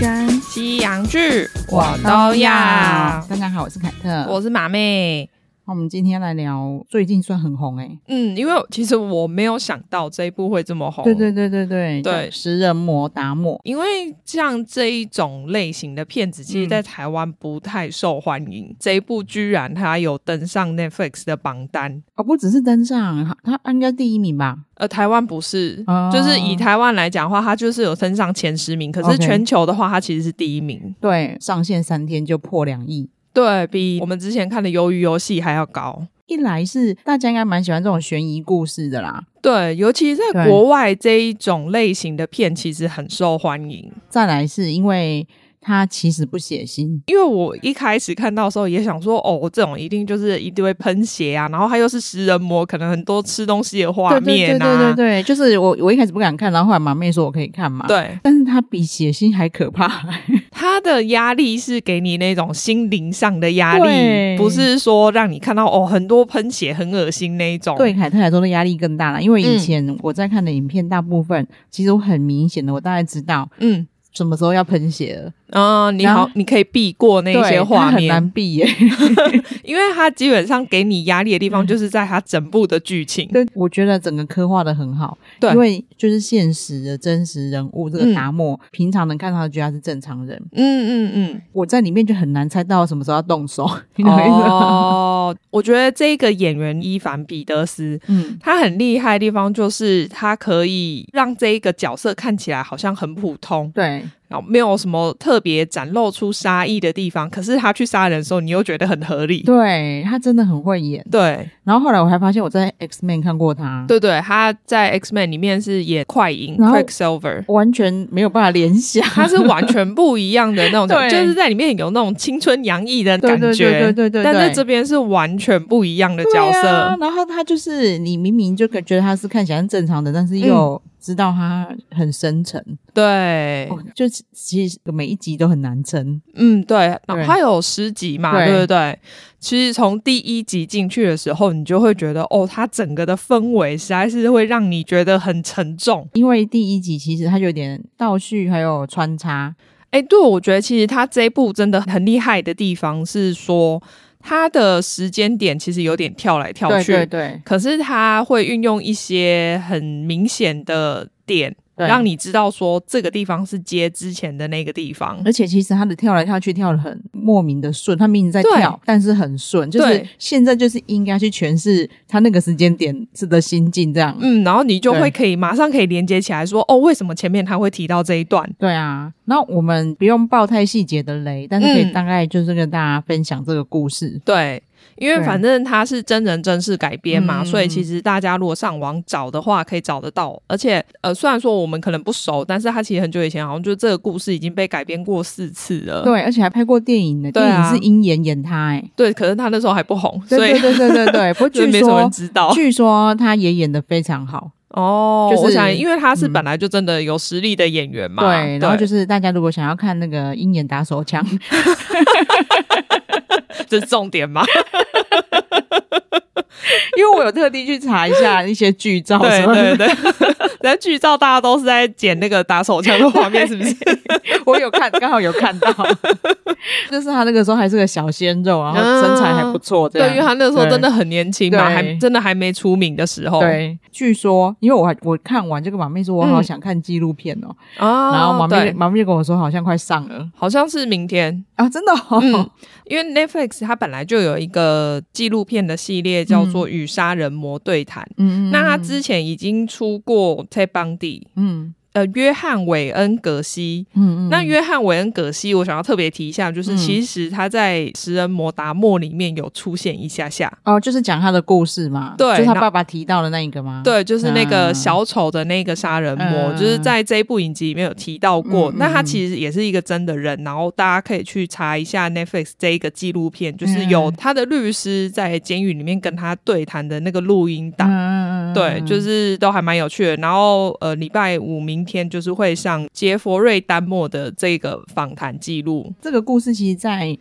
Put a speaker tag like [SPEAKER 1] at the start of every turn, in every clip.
[SPEAKER 1] 跟
[SPEAKER 2] 西洋剧
[SPEAKER 1] 我
[SPEAKER 2] 都要。
[SPEAKER 1] 大家好，我是凯特。
[SPEAKER 2] 我是马妹。
[SPEAKER 1] 那我们今天来聊最近算很红哎、
[SPEAKER 2] 嗯，因为其实我没有想到这一部会这么红。
[SPEAKER 1] 对对对对对
[SPEAKER 2] 对
[SPEAKER 1] 叫食人魔达摩。
[SPEAKER 2] 因为像这一种类型的片子，其实
[SPEAKER 1] 嗯
[SPEAKER 2] 在台湾不太受欢迎。这一部居然它有登上 Netflix 的榜单，
[SPEAKER 1] 哦，不只是登上，他他应该第一名吧？
[SPEAKER 2] 呃，台湾不是，
[SPEAKER 1] 哦
[SPEAKER 2] 就是以台湾来讲的话，它就是有登上前十名，可是
[SPEAKER 1] OK
[SPEAKER 2] 全球的话，它其实是第一名，
[SPEAKER 1] 对，上线三天就破两亿。
[SPEAKER 2] 对比我们之前看的《鱿鱼游戏》还要高。
[SPEAKER 1] 一来是大家应该蛮喜欢这种悬疑故事的啦，
[SPEAKER 2] 对，尤其在
[SPEAKER 1] 对
[SPEAKER 2] 国外这一种类型的片，其实很受欢迎。
[SPEAKER 1] 再来是因为他其实不血腥，
[SPEAKER 2] 因为我一开始看到的时候也想说，哦，这种一定就是一定会喷血啊，然后它又是食人魔，可能很多吃东西的画面
[SPEAKER 1] 对
[SPEAKER 2] 啊，
[SPEAKER 1] 对对对对，就是我我一开始不敢看，然后后来马妹说我可以看嘛，，
[SPEAKER 2] 对
[SPEAKER 1] 但是它比血腥还可怕，
[SPEAKER 2] 它的压力是给你那种心灵上的压力，
[SPEAKER 1] 对
[SPEAKER 2] 不是说让你看到哦很多喷血很恶心那一种。
[SPEAKER 1] 对凯特来说的压力更大了，因为
[SPEAKER 2] 嗯
[SPEAKER 1] 以前我在看的影片，大部分其实我很明显的，我大概知道
[SPEAKER 2] 嗯
[SPEAKER 1] 什么时候要喷血了，
[SPEAKER 2] 嗯、你
[SPEAKER 1] 然
[SPEAKER 2] 好
[SPEAKER 1] 后，
[SPEAKER 2] 你可以避过那
[SPEAKER 1] 对
[SPEAKER 2] 些画
[SPEAKER 1] 它很
[SPEAKER 2] 面，
[SPEAKER 1] 难避 耶、
[SPEAKER 2] 因为它基本上给你压力的地方就是在它整部的剧情。
[SPEAKER 1] 嗯对，我觉得整个刻画的很好，
[SPEAKER 2] 对
[SPEAKER 1] 因为就是现实的真实人物这
[SPEAKER 2] 嗯
[SPEAKER 1] 个达摩，平常能看到的觉得他是正常人，
[SPEAKER 2] 嗯嗯嗯，
[SPEAKER 1] 我在里面就很难猜到什么时候要动手，你懂我意思吗？
[SPEAKER 2] 哦， 我觉得这个演员伊凡彼得斯，
[SPEAKER 1] 嗯，
[SPEAKER 2] 他很厉害的地方就是他可以让这一个角色看起来好像很普通，
[SPEAKER 1] 对，
[SPEAKER 2] 然后没有什么特别展露出杀意的地方，可是他去杀人的时候，你又觉得很合理。
[SPEAKER 1] 对他真的很会演。
[SPEAKER 2] 对
[SPEAKER 1] 然后后来我还发现我在 X Man 看过他，
[SPEAKER 2] 对对，他在 X Men 里面是演快银
[SPEAKER 1] 然后
[SPEAKER 2] Quicksilver。
[SPEAKER 1] 完全没有办法联想。
[SPEAKER 2] 他是完全不一样的那 种角色，
[SPEAKER 1] 对
[SPEAKER 2] 就是在里面有那种青春洋溢的
[SPEAKER 1] 对
[SPEAKER 2] 感
[SPEAKER 1] 对
[SPEAKER 2] 觉，
[SPEAKER 1] 对对对对对
[SPEAKER 2] 但在这边是完全不一样的角色，
[SPEAKER 1] 对啊然后他就是你明明就觉得他是看起来是正常的，但是又知道他很深沉，
[SPEAKER 2] 嗯对
[SPEAKER 1] 哦、就其其实每一集都很难撑。
[SPEAKER 2] 嗯，对，然后
[SPEAKER 1] 对
[SPEAKER 2] 它有十集嘛，
[SPEAKER 1] 对
[SPEAKER 2] 对不对？其实从第一集进去的时候，你就会觉得，哦，它整个的氛围实在是会让你觉得很沉重。
[SPEAKER 1] 因为第一集其实它有点倒叙，还有穿插，
[SPEAKER 2] 哎，对，我觉得其实它这一部真的很厉害的地方是说，它的时间点其实有点跳来跳
[SPEAKER 1] 对
[SPEAKER 2] 去，
[SPEAKER 1] 对对
[SPEAKER 2] 可是它会运用一些很明显的点，
[SPEAKER 1] 对，
[SPEAKER 2] 让
[SPEAKER 1] 你。
[SPEAKER 2] 你知道说这个地方是接之前的那个地方。
[SPEAKER 1] 而且其实他的跳来跳去跳的很莫名的顺，他明明在跳，但是很顺，就是
[SPEAKER 2] 对
[SPEAKER 1] 现在就是应该去诠释他那个时间点是的心境这样。
[SPEAKER 2] 嗯，然后你就
[SPEAKER 1] 对
[SPEAKER 2] 会可以马上可以连接起来说，哦，为什么前面他会提到这一段？
[SPEAKER 1] 对啊，那我们不用爆太细节的雷，但是可以
[SPEAKER 2] 嗯
[SPEAKER 1] 大概就是跟大家分享这个故事。
[SPEAKER 2] 对，因为
[SPEAKER 1] 对
[SPEAKER 2] 反正它是真人真事改编嘛，
[SPEAKER 1] 嗯
[SPEAKER 2] 所以其实大家如果上网找的话，可以找得到。而且呃，虽然说我们可能不熟，但是它其实很久以前好像就这个故事已经被改编过四次了。
[SPEAKER 1] 对，而且还拍过电影呢，
[SPEAKER 2] 对
[SPEAKER 1] 电影
[SPEAKER 2] 啊
[SPEAKER 1] 是鹰眼演他、欸，哎，
[SPEAKER 2] 对，可是他那时候还不红，所
[SPEAKER 1] 对
[SPEAKER 2] 以
[SPEAKER 1] 对对对对对，不过
[SPEAKER 2] 就
[SPEAKER 1] 据
[SPEAKER 2] 没什么人
[SPEAKER 1] 说。
[SPEAKER 2] 知道。
[SPEAKER 1] 据说他也演的非常好，
[SPEAKER 2] 哦，
[SPEAKER 1] 就是
[SPEAKER 2] 我想，因为他是
[SPEAKER 1] 嗯
[SPEAKER 2] 本来就真的有实力的演员嘛，
[SPEAKER 1] 对，然后就是是大家如果想要看那个鹰眼打手枪，
[SPEAKER 2] 这是 重点嘛，
[SPEAKER 1] 因为我有特地去查一下一些剧照什
[SPEAKER 2] 对
[SPEAKER 1] 么的，
[SPEAKER 2] 对对。 然后剧照大家都是在剪那个打手枪的画面，是不是？
[SPEAKER 1] 我有看，刚好有看到，就是他那个时候还是个小鲜肉，然后身材还不错，这
[SPEAKER 2] 对，
[SPEAKER 1] 样
[SPEAKER 2] 因为他那时候
[SPEAKER 1] 对
[SPEAKER 2] 真的很年轻嘛，
[SPEAKER 1] 对
[SPEAKER 2] 还真的还没出名的时候。
[SPEAKER 1] 对。据说，因为我还我看完这个马妹说，我好
[SPEAKER 2] 嗯
[SPEAKER 1] 想看纪录片哦，
[SPEAKER 2] 啊，
[SPEAKER 1] 然后马妹
[SPEAKER 2] 对
[SPEAKER 1] 马妹就跟我说，好像快上了
[SPEAKER 2] 好像是明天，
[SPEAKER 1] 啊，真的、哦，
[SPEAKER 2] 嗯，因为 Netflix 它本来就有一个纪录片的系列叫做《与杀人魔对谈》，
[SPEAKER 1] 嗯嗯，嗯
[SPEAKER 2] 那他之前已经出过 Ted Bundy。
[SPEAKER 1] 嗯
[SPEAKER 2] 呃，约翰·韦恩·葛西。
[SPEAKER 1] 嗯嗯，
[SPEAKER 2] 那约翰·韦恩·葛西，我想要特别提一下，就是
[SPEAKER 1] 嗯
[SPEAKER 2] 其实他在《食人魔达莫》里面有出现一下下。
[SPEAKER 1] 哦，就是讲他的故事嘛，
[SPEAKER 2] 对
[SPEAKER 1] 就是他
[SPEAKER 2] 那
[SPEAKER 1] 爸爸提到的那一个吗？
[SPEAKER 2] 对，就是那个
[SPEAKER 1] 嗯
[SPEAKER 2] 小丑的那个杀人魔，
[SPEAKER 1] 嗯
[SPEAKER 2] 就是在这一部影集里面有提到
[SPEAKER 1] 嗯
[SPEAKER 2] 过。
[SPEAKER 1] 嗯
[SPEAKER 2] 那他
[SPEAKER 1] 嗯
[SPEAKER 2] 其实也是一个真的人，然后大家可以去查一下 Netflix 这一个纪录片，就是有
[SPEAKER 1] 嗯
[SPEAKER 2] 他的律师在监狱里面跟他对谈的那个录音
[SPEAKER 1] 嗯，
[SPEAKER 2] 档。
[SPEAKER 1] 嗯嗯嗯，
[SPEAKER 2] 对，就是都还蛮有趣的。然后呃，礼拜五明天就是会上杰佛瑞丹莫的这个访谈记录。
[SPEAKER 1] 这个故事，其实，在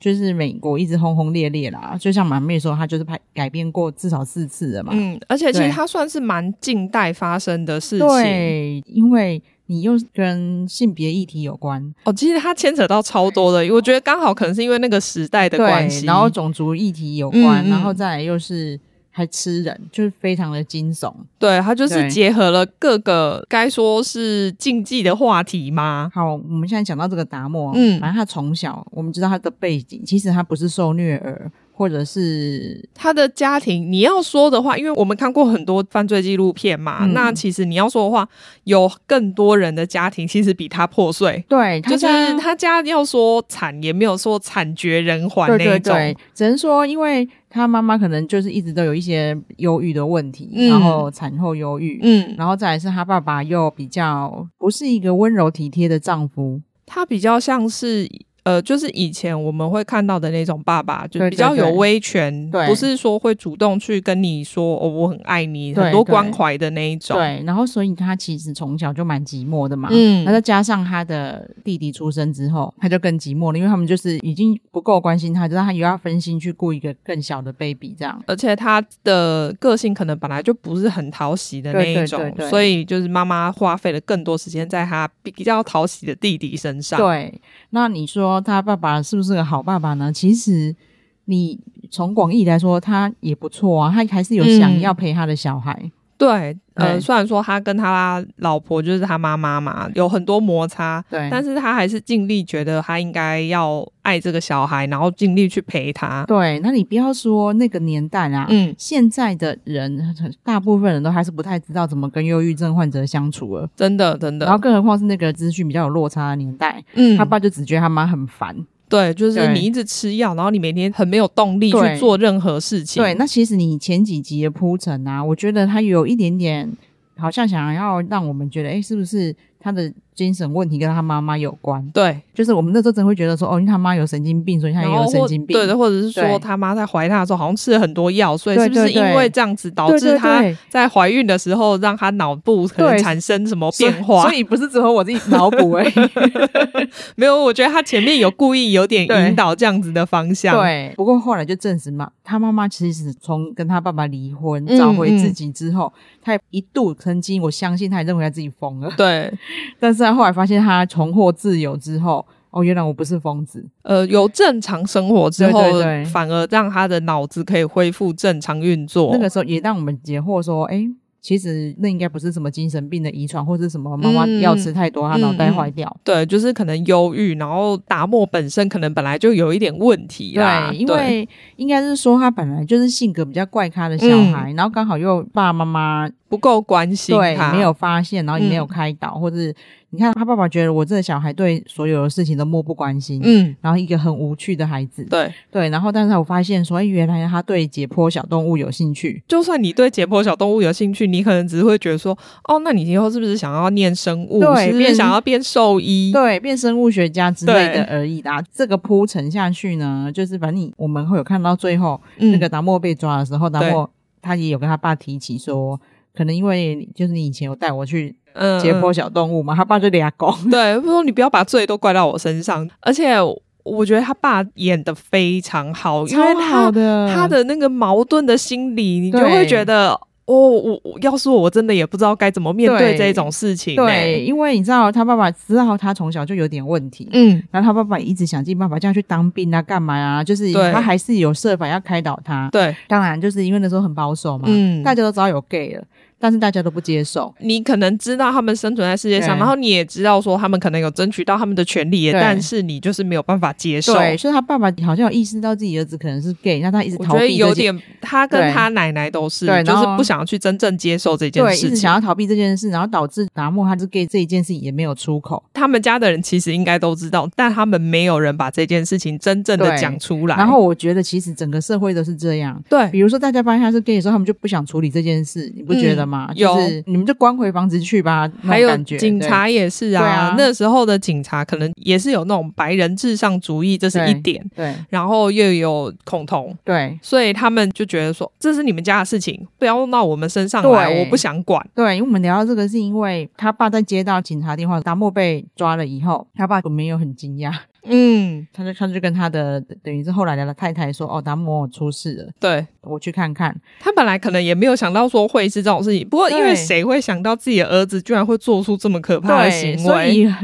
[SPEAKER 1] 就是美国一直轰轰烈烈啦，就像马妹说，他就是拍改编过至少四次了嘛，
[SPEAKER 2] 嗯嗯，而且其实
[SPEAKER 1] 对
[SPEAKER 2] 它算是蛮近代发生的事情。
[SPEAKER 1] 对，因为你又跟性别议题有关，
[SPEAKER 2] 哦，其实它牵扯到超多的，我觉得刚好可能是因为那个时代的关
[SPEAKER 1] 哦对，
[SPEAKER 2] 系，
[SPEAKER 1] 然后种族议题有关，
[SPEAKER 2] 嗯嗯
[SPEAKER 1] 然后再来又是还吃人，就是非常的惊悚。
[SPEAKER 2] 对它就是
[SPEAKER 1] 对
[SPEAKER 2] 结合了各个该说是禁忌的话题吗？
[SPEAKER 1] 好，我们现在讲到这个达摩，
[SPEAKER 2] 嗯
[SPEAKER 1] 嗯，反正他从小我们知道他的背景，其实他不是受虐儿，或者是
[SPEAKER 2] 他的家庭，你要说的话，因为我们看过很多犯罪纪录片嘛，
[SPEAKER 1] 嗯
[SPEAKER 2] 那其实你要说的话，有更多人的家庭其实比他破碎，
[SPEAKER 1] 对，
[SPEAKER 2] 就
[SPEAKER 1] 他
[SPEAKER 2] 是
[SPEAKER 1] 家
[SPEAKER 2] 他家要说惨，也没有说惨绝人寰
[SPEAKER 1] 对
[SPEAKER 2] 那一
[SPEAKER 1] 对
[SPEAKER 2] 种。
[SPEAKER 1] 对，只能说因为他妈妈可能就是一直都有一些忧郁的问题，
[SPEAKER 2] 嗯
[SPEAKER 1] 然后产后忧郁，
[SPEAKER 2] 嗯，
[SPEAKER 1] 然后再来是他爸爸又比较不是一个温柔体贴的丈夫，
[SPEAKER 2] 他比较像是。呃，就是以前我们会看到的那种爸爸，就
[SPEAKER 1] 对对
[SPEAKER 2] 比较有
[SPEAKER 1] 对
[SPEAKER 2] 威权，
[SPEAKER 1] 对
[SPEAKER 2] 不是说会主动去跟你说哦，我很爱你，
[SPEAKER 1] 对
[SPEAKER 2] 很多
[SPEAKER 1] 对
[SPEAKER 2] 关怀的那一种。
[SPEAKER 1] 对，然后所以他其实从小就蛮寂寞的嘛，
[SPEAKER 2] 嗯
[SPEAKER 1] 那再加上他的弟弟出生之后，他就更寂寞了，因为他们就是已经不够关心他，就是他又要分心去顾一个更小的 baby 这样。
[SPEAKER 2] 而且他的个性可能本来就不是很讨喜的那一种，
[SPEAKER 1] 对对对对
[SPEAKER 2] 所以就是妈妈花费了更多时间在他比较讨喜的弟弟身上。，
[SPEAKER 1] 对，那你说他爸爸是不是个好爸爸呢？其实你从广义来说，他也不错啊，他还是有想
[SPEAKER 2] 嗯
[SPEAKER 1] 要陪他的小孩。
[SPEAKER 2] 对，呃，
[SPEAKER 1] 对
[SPEAKER 2] 虽然说他跟他老婆就是他妈妈嘛，有很多摩擦，
[SPEAKER 1] 对，
[SPEAKER 2] 但是他还是尽力觉得他应该要爱这个小孩，然后尽力去陪他。
[SPEAKER 1] 对，那你不要说那个年代啊，
[SPEAKER 2] 嗯，
[SPEAKER 1] 现在的人大部分人都还是不太知道怎么跟忧郁症患者相处了，
[SPEAKER 2] 真的，真的，
[SPEAKER 1] 然后更何况是那个资讯比较有落差的年代，
[SPEAKER 2] 嗯，
[SPEAKER 1] 他爸就只觉得他妈很烦。
[SPEAKER 2] 对，就是
[SPEAKER 1] 对
[SPEAKER 2] 你一直吃药，然后你每天很没有动力去
[SPEAKER 1] 对
[SPEAKER 2] 做任何事情。
[SPEAKER 1] 对，那其实你前几集的铺陈啊，我觉得他有一点点好像想要让我们觉得，哎，是不是他的精神问题跟他妈妈有关？
[SPEAKER 2] 对，
[SPEAKER 1] 就是我们那时候真的会觉得说，哦，因为他妈有神经病，所以他也
[SPEAKER 2] 然后
[SPEAKER 1] 有神
[SPEAKER 2] 或
[SPEAKER 1] 经病。
[SPEAKER 2] 对的，或者是说
[SPEAKER 1] 对
[SPEAKER 2] 他妈在怀他的时候好像吃了很多药，所以
[SPEAKER 1] 对
[SPEAKER 2] 是不是
[SPEAKER 1] 对
[SPEAKER 2] 因
[SPEAKER 1] 对
[SPEAKER 2] 为这样子导
[SPEAKER 1] 对
[SPEAKER 2] 致
[SPEAKER 1] 对
[SPEAKER 2] 她
[SPEAKER 1] 对
[SPEAKER 2] 在怀孕的时候让她脑部可能
[SPEAKER 1] 对
[SPEAKER 2] 产生什么
[SPEAKER 1] 所以
[SPEAKER 2] 变化
[SPEAKER 1] 所？以不是只有我自己脑 补而已。
[SPEAKER 2] 没有，我觉得她前面有故意有点
[SPEAKER 1] 对
[SPEAKER 2] 引导这样子的方向。，
[SPEAKER 1] 对，不过后来就证实嘛，他妈妈其实从跟他爸爸离婚
[SPEAKER 2] 嗯
[SPEAKER 1] 找回自己之后，他也一度曾经我相信他也认为他自己疯了，
[SPEAKER 2] 对，
[SPEAKER 1] 但是他后来发现他重获自由之后，哦，原来我不是疯子，
[SPEAKER 2] 呃，有正常生活之后，
[SPEAKER 1] 对对对
[SPEAKER 2] 反而让她的脑子可以恢复正常运作。
[SPEAKER 1] 那个时候也让我们解惑说，哎。其实那应该不是什么精神病的遗传，或是什么妈妈
[SPEAKER 2] 嗯
[SPEAKER 1] 药吃太多，她脑袋坏掉。
[SPEAKER 2] 对，就是可能忧郁，然后达莫本身可能本来就有一点问题啦。
[SPEAKER 1] 对，因为应该是说他本来就是性格比较怪咖的小孩，然后刚好又爸爸妈妈
[SPEAKER 2] 不够关嗯心
[SPEAKER 1] 对
[SPEAKER 2] 她，
[SPEAKER 1] 没有发现，然后也没有
[SPEAKER 2] 嗯
[SPEAKER 1] 开导，或者你看他爸爸觉得我这个小孩对所有的事情都漠不关心，
[SPEAKER 2] 嗯，
[SPEAKER 1] 然后一个很无趣的孩子，
[SPEAKER 2] 对。
[SPEAKER 1] 对，然后但是我发现说，哎，原来他对解剖小动物有兴趣，
[SPEAKER 2] 就算你对解剖小动物有兴趣，你可能只是会觉得说，哦，那你以后是不是想要念生物？
[SPEAKER 1] 对
[SPEAKER 2] 是不是
[SPEAKER 1] 变
[SPEAKER 2] 想要变兽医？
[SPEAKER 1] 对，变生物学家之类
[SPEAKER 2] 对
[SPEAKER 1] 的而已啦。这个铺陈下去呢，就是反正你我们会有看到最后、
[SPEAKER 2] 嗯
[SPEAKER 1] 那个达莫被抓的时候，达
[SPEAKER 2] 对
[SPEAKER 1] 莫他也有跟他爸提起说。可能因为就是你以前有带我去
[SPEAKER 2] 嗯
[SPEAKER 1] 解剖
[SPEAKER 2] 嗯
[SPEAKER 1] 小动物嘛，他爸就俩 狗，
[SPEAKER 2] 对，不说你不要把罪都怪到我身上，而且我觉得他爸演的非常好，因为
[SPEAKER 1] 超好
[SPEAKER 2] 他
[SPEAKER 1] 的，
[SPEAKER 2] 他的那个矛盾的心理，你就
[SPEAKER 1] 对
[SPEAKER 2] 会觉得，哦，我我要是我我真的也不知道该怎么面对
[SPEAKER 1] 对
[SPEAKER 2] 这种事情、
[SPEAKER 1] 对，，因为你知道他爸爸知道他从小就有点问题，
[SPEAKER 2] 嗯，
[SPEAKER 1] 然后他爸爸一直想尽办法叫他去当兵啊，干嘛啊？就是
[SPEAKER 2] 对
[SPEAKER 1] 他还是有设法要开导他。
[SPEAKER 2] 对，
[SPEAKER 1] 当然，就是因为那时候很保守嘛，
[SPEAKER 2] 嗯
[SPEAKER 1] 大家都知道有 gay 了，但是大家都不接受。
[SPEAKER 2] 你可能知道他们生存在世界上，
[SPEAKER 1] 对
[SPEAKER 2] 然后你也知道说他们可能有争取到他们的权利，
[SPEAKER 1] 对
[SPEAKER 2] 但是你就是没有办法接受。
[SPEAKER 1] 对，所以他爸爸好像有意识到自己儿子可能是 gay，那他一直
[SPEAKER 2] 我
[SPEAKER 1] 逃
[SPEAKER 2] 觉得
[SPEAKER 1] 避这
[SPEAKER 2] 有
[SPEAKER 1] 件
[SPEAKER 2] 点，他跟
[SPEAKER 1] 对
[SPEAKER 2] 他奶奶都是
[SPEAKER 1] 对，
[SPEAKER 2] 就
[SPEAKER 1] 然
[SPEAKER 2] 是
[SPEAKER 1] 后
[SPEAKER 2] 不想要去真正接受这件
[SPEAKER 1] 对，一
[SPEAKER 2] 事
[SPEAKER 1] 直
[SPEAKER 2] 情
[SPEAKER 1] 想。要逃避这件事，然后导致达莫他是 gay 这一件事也没有出口。
[SPEAKER 2] 他们家的人其实应该都知道，但他们没有人把这件事情真正的
[SPEAKER 1] 对
[SPEAKER 2] 讲出来。
[SPEAKER 1] 然后我觉得其实整个社会都是这样，比
[SPEAKER 2] 对
[SPEAKER 1] 如说大家发现他是 gay 的时候，他们就不想处理这件事，你不觉得吗？
[SPEAKER 2] 嗯
[SPEAKER 1] 就是你们就关回房子去吧，那
[SPEAKER 2] 还
[SPEAKER 1] 种
[SPEAKER 2] 有
[SPEAKER 1] 感觉。
[SPEAKER 2] 警察也是
[SPEAKER 1] 对
[SPEAKER 2] 啊
[SPEAKER 1] 啊，
[SPEAKER 2] 那时候的警察可能也是有那种白人至上主义，这是
[SPEAKER 1] 对
[SPEAKER 2] 一点，
[SPEAKER 1] 对
[SPEAKER 2] 然后又有恐同。
[SPEAKER 1] 对
[SPEAKER 2] 所以他们就觉得说，这是你们家的事情，不要弄到我们身上来，
[SPEAKER 1] 对
[SPEAKER 2] 我不想管。
[SPEAKER 1] 对，因为我们聊到这个，是因为他爸在接到警察电话，达莫被抓了以后，他爸有没有很惊讶？
[SPEAKER 2] 嗯，
[SPEAKER 1] 他就他就跟他的等于是后来的太太说，哦，达摩出事了，
[SPEAKER 2] 对
[SPEAKER 1] 我去看看。
[SPEAKER 2] 他本来可能也没有想到说会是这种事情，不过因为
[SPEAKER 1] 对
[SPEAKER 2] 谁会想到自己的儿子居然会做出这么可怕的行
[SPEAKER 1] 所
[SPEAKER 2] 为？
[SPEAKER 1] 以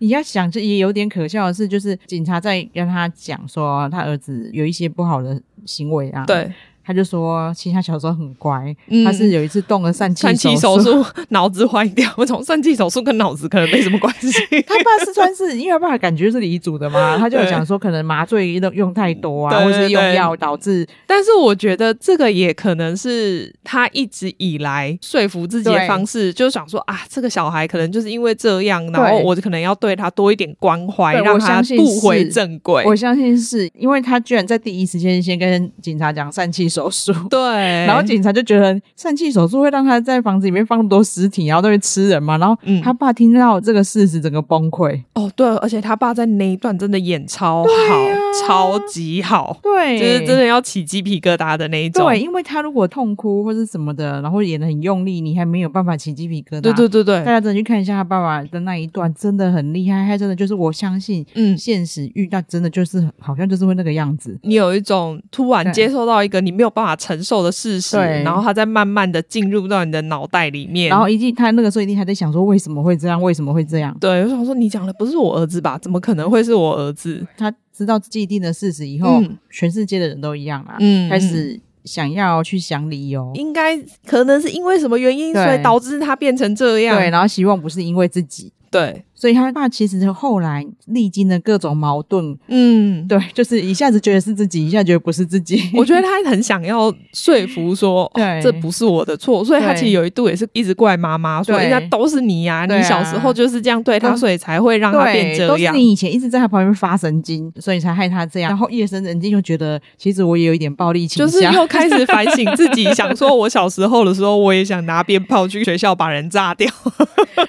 [SPEAKER 1] 你要想，这也有点可笑的是，就是警察在跟他讲说他儿子有一些不好的行为啊，，
[SPEAKER 2] 对，
[SPEAKER 1] 他就说其实他小时候很乖，
[SPEAKER 2] 嗯
[SPEAKER 1] 他是有一次动了疝气
[SPEAKER 2] 疝气手
[SPEAKER 1] 手。
[SPEAKER 2] 术 脑子坏掉，我从疝气手术跟脑子可能没什么关系。
[SPEAKER 1] 他爸是算是，因为他爸感觉是离组的 嘛，他就有
[SPEAKER 2] 对
[SPEAKER 1] 讲说可能麻醉用用太多啊，
[SPEAKER 2] 对
[SPEAKER 1] 或是
[SPEAKER 2] 对
[SPEAKER 1] 用
[SPEAKER 2] 对
[SPEAKER 1] 药导致
[SPEAKER 2] 但是我觉得这个也可能是他一直以来说服自己的方式，就想说啊，这个小孩可能就是因为这样，然后我可能要对他多一点关怀，
[SPEAKER 1] 对
[SPEAKER 2] 让
[SPEAKER 1] 我
[SPEAKER 2] 他
[SPEAKER 1] 相信
[SPEAKER 2] 不回
[SPEAKER 1] 是
[SPEAKER 2] 正轨。
[SPEAKER 1] 我相信是因为他居然在第一时间先跟警察讲疝气手术，
[SPEAKER 2] 对，
[SPEAKER 1] 然后警察就觉得疝气手术会让他在房子里面放那么多尸体，然后都会吃人嘛。然后
[SPEAKER 2] 嗯
[SPEAKER 1] 他爸听到这个事实，整个崩溃。
[SPEAKER 2] 哦对，而且他爸在那一段真的演超好，超级好，
[SPEAKER 1] 对
[SPEAKER 2] 就是真的要起鸡皮疙瘩的那一种。
[SPEAKER 1] 对，因为他如果痛哭或是什么的，然后演的很用力，你还没有办法起鸡皮疙瘩。
[SPEAKER 2] 对对对
[SPEAKER 1] 大
[SPEAKER 2] 对，
[SPEAKER 1] 家真的去看一下他爸爸的那一段，真的很厉害。他真的就是我相信，
[SPEAKER 2] 嗯。
[SPEAKER 1] 现实遇到真的就是好像就是会那个样子。
[SPEAKER 2] 你有一种突然
[SPEAKER 1] 对
[SPEAKER 2] 接受到一个你没有办法承受的事实，
[SPEAKER 1] 对
[SPEAKER 2] 然后它再慢慢的进入到你的脑袋里面，
[SPEAKER 1] 然后一定他那个时候一定还在想说为什么会这样，为什么会这样。
[SPEAKER 2] 对，我想说你讲的不是我儿子吧？怎么可能会是我儿子？
[SPEAKER 1] 他知道既定的事实以后，
[SPEAKER 2] 嗯
[SPEAKER 1] 全世界的人都一样啦，
[SPEAKER 2] 嗯
[SPEAKER 1] 开始想要去想理由，
[SPEAKER 2] 应该可能是因为什么原因，
[SPEAKER 1] 对
[SPEAKER 2] 所以导致他变成这样。
[SPEAKER 1] 对，然后希望不是因为自己，
[SPEAKER 2] 对
[SPEAKER 1] 所以他爸其实后来历经了各种矛盾，
[SPEAKER 2] 嗯，
[SPEAKER 1] 对， 就是一下子觉得是自己，一下觉得不是自己，
[SPEAKER 2] 我觉得他很想要说服说，哦
[SPEAKER 1] 对
[SPEAKER 2] 这不是我的错，所以他
[SPEAKER 1] 对
[SPEAKER 2] 其实有一度也是一直怪妈妈说，
[SPEAKER 1] 对
[SPEAKER 2] 人家都是你呀、
[SPEAKER 1] 对啊
[SPEAKER 2] 你小时候就是这样对他，
[SPEAKER 1] 都
[SPEAKER 2] 所以才会让他变
[SPEAKER 1] 对，
[SPEAKER 2] 这
[SPEAKER 1] 都是
[SPEAKER 2] 样。
[SPEAKER 1] 你以前一直在他旁边发神经，所以才害他这样。然后夜深人静又觉得，其实我也有一点暴力倾
[SPEAKER 2] 就是
[SPEAKER 1] 向，
[SPEAKER 2] 又开始反省自己，想说我小时候的时候，我也想拿鞭炮去学校把人炸掉。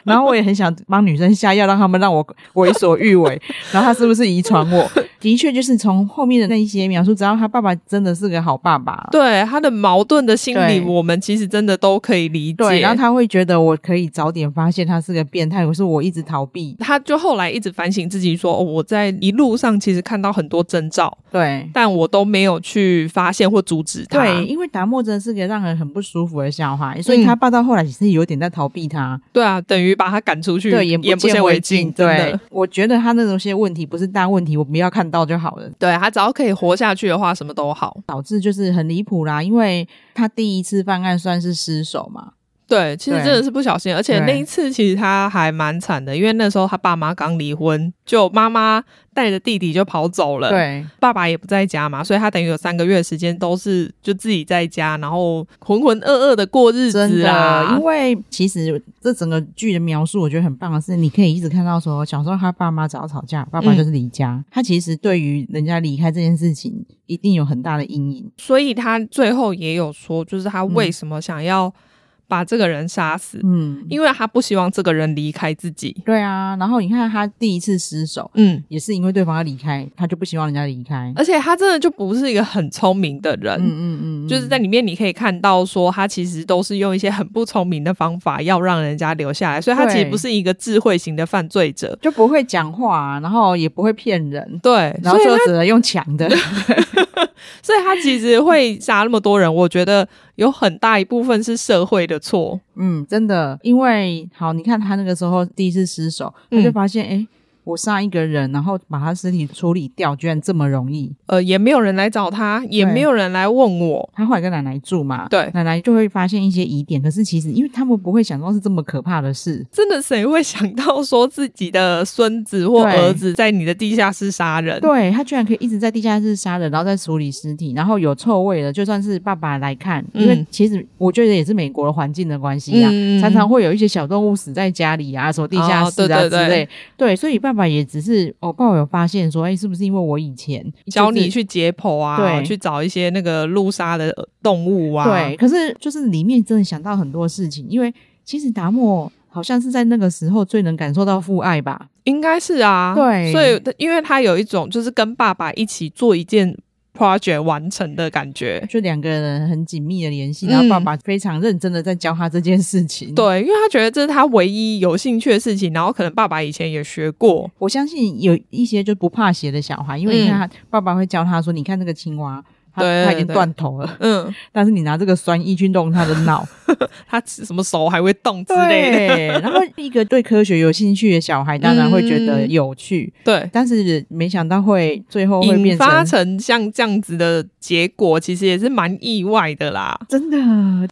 [SPEAKER 1] 然后我也很想帮女生下药，让他们让我 为所欲 为。然后他是不是遗传我？的确，就是从后面的那一些描述，只要他爸爸真的是个好爸爸，
[SPEAKER 2] 对他的矛盾的心理，
[SPEAKER 1] 对
[SPEAKER 2] 我们其实真的都可以理解。
[SPEAKER 1] 对，然后他会觉得我可以早点发现他是个变态，可是我一直逃避。
[SPEAKER 2] 他就后来一直反省自己说、哦我在一路上其实看到很多征兆，
[SPEAKER 1] 对。
[SPEAKER 2] 但我都没有去发现或阻止他。
[SPEAKER 1] 对，因为达莫真的是个让人很不舒服的小孩，
[SPEAKER 2] 嗯
[SPEAKER 1] 所以他爸到后来其实有点在逃避他，
[SPEAKER 2] 对啊，等于把他赶出去，
[SPEAKER 1] 对，
[SPEAKER 2] 眼
[SPEAKER 1] 不
[SPEAKER 2] 见
[SPEAKER 1] 见
[SPEAKER 2] 为
[SPEAKER 1] 净。
[SPEAKER 2] 真
[SPEAKER 1] 对
[SPEAKER 2] 的。，
[SPEAKER 1] 我觉得他那种些问题不是大问题，我们要看到就好了。
[SPEAKER 2] 对他只要可以活下去的话，什么都好。
[SPEAKER 1] 导致就是很离谱啦，因为他第一次犯案算是失手嘛，
[SPEAKER 2] 对，其实
[SPEAKER 1] 对
[SPEAKER 2] 真的是不小心，而且
[SPEAKER 1] 对
[SPEAKER 2] 那一次其实他还蛮惨的，因为那时候他爸妈刚离婚，就妈妈带着弟弟就跑走了。
[SPEAKER 1] 对，
[SPEAKER 2] 爸爸也不在家嘛，所以他等于有三个月的时间都是就自己在家，然后浑浑噩噩的过日
[SPEAKER 1] 真
[SPEAKER 2] 子
[SPEAKER 1] 的，
[SPEAKER 2] 啊
[SPEAKER 1] 因。为其实这整个剧的描述，我觉得很棒的是，你可以一直看到说，小时候他爸妈只要吵架，爸爸就是离家，
[SPEAKER 2] 嗯
[SPEAKER 1] 他其实对于人家离开这件事情，一定有很大的阴影。
[SPEAKER 2] 所以他最后也有说，就是他为什么想要把这个人杀死，
[SPEAKER 1] 嗯，
[SPEAKER 2] 因为他不希望这个人离开自己。
[SPEAKER 1] 对啊，然后你看他第一次失手，
[SPEAKER 2] 嗯，
[SPEAKER 1] 也是因为对方要离开，他就不希望人家离开。
[SPEAKER 2] 而且他真的就不是一个很聪明的人。
[SPEAKER 1] 嗯嗯嗯，嗯
[SPEAKER 2] 就是在里面，你可以看到说，他其实都是用一些很不聪明的方法要让人家留下来，所以他
[SPEAKER 1] 对
[SPEAKER 2] 其实不是一个智慧型的犯罪者。
[SPEAKER 1] 就不会讲话，啊然后也不会骗人，
[SPEAKER 2] 对，
[SPEAKER 1] 然后
[SPEAKER 2] 所以
[SPEAKER 1] 就只能用抢的。
[SPEAKER 2] 所以他其实会杀那么多人，我觉得有很大一部分是社会的错。
[SPEAKER 1] 嗯，真的，因为好，你看他那个时候第一次失手，他就
[SPEAKER 2] 嗯
[SPEAKER 1] 发现，哎、我杀一个人，然后把他尸体处理掉，居然这么容易。
[SPEAKER 2] 呃，也没有人来找他，也没有人来问我。
[SPEAKER 1] 他后来跟奶奶住嘛，
[SPEAKER 2] 对
[SPEAKER 1] 奶奶就会发现一些疑点，可是其实因为他们不会想到是这么可怕的事，
[SPEAKER 2] 真的，谁会想到说自己的孙子或
[SPEAKER 1] 对
[SPEAKER 2] 儿子在你的地下室杀人？
[SPEAKER 1] 对他居然可以一直在地下室杀人，然后再处理尸体，然后有臭味了，就算是爸爸来看，因为
[SPEAKER 2] 嗯
[SPEAKER 1] 其实我觉得也是美国的环境的关系啊，
[SPEAKER 2] 嗯
[SPEAKER 1] 常常会有一些小动物死在家里啊，什么地下
[SPEAKER 2] 哦
[SPEAKER 1] 室啊、
[SPEAKER 2] 对对对
[SPEAKER 1] 之类，对，所以爸爸也只是哦，爸爸有发现说，哎，是不是因为我以前
[SPEAKER 2] 教你
[SPEAKER 1] 就是
[SPEAKER 2] 去解剖啊，
[SPEAKER 1] 对
[SPEAKER 2] 去找一些那个路杀的呃动物啊。
[SPEAKER 1] 对，，可是就是里面真的想到很多事情，因为其实达莫好像是在那个时候最能感受到父爱吧。
[SPEAKER 2] 应该是啊。
[SPEAKER 1] 对
[SPEAKER 2] 所以因为他有一种就是跟爸爸一起做一件。 project 完成的感觉。
[SPEAKER 1] 就两个人很紧密的联系，然后爸爸非常认真的在教他这件事情。
[SPEAKER 2] 嗯对，因为他觉得这是他唯一有兴趣的事情，然后可能爸爸以前也学过。
[SPEAKER 1] 我相信有一些就不怕血的小孩，因为你看他爸爸会教他说：“你看那个青蛙。”他
[SPEAKER 2] 对
[SPEAKER 1] 他已经断头了，
[SPEAKER 2] 嗯，
[SPEAKER 1] 但是你拿这个酸液去弄他的脑
[SPEAKER 2] 他什么手还会动之类的。
[SPEAKER 1] 对，然后一个对科学有兴趣的小孩当然会觉得
[SPEAKER 2] 嗯
[SPEAKER 1] 有趣，
[SPEAKER 2] 对，
[SPEAKER 1] 但是没想到会最后会
[SPEAKER 2] 引
[SPEAKER 1] 变
[SPEAKER 2] 发
[SPEAKER 1] 成
[SPEAKER 2] 成像这样子的结果，其实也是蛮意外的啦。
[SPEAKER 1] 真的。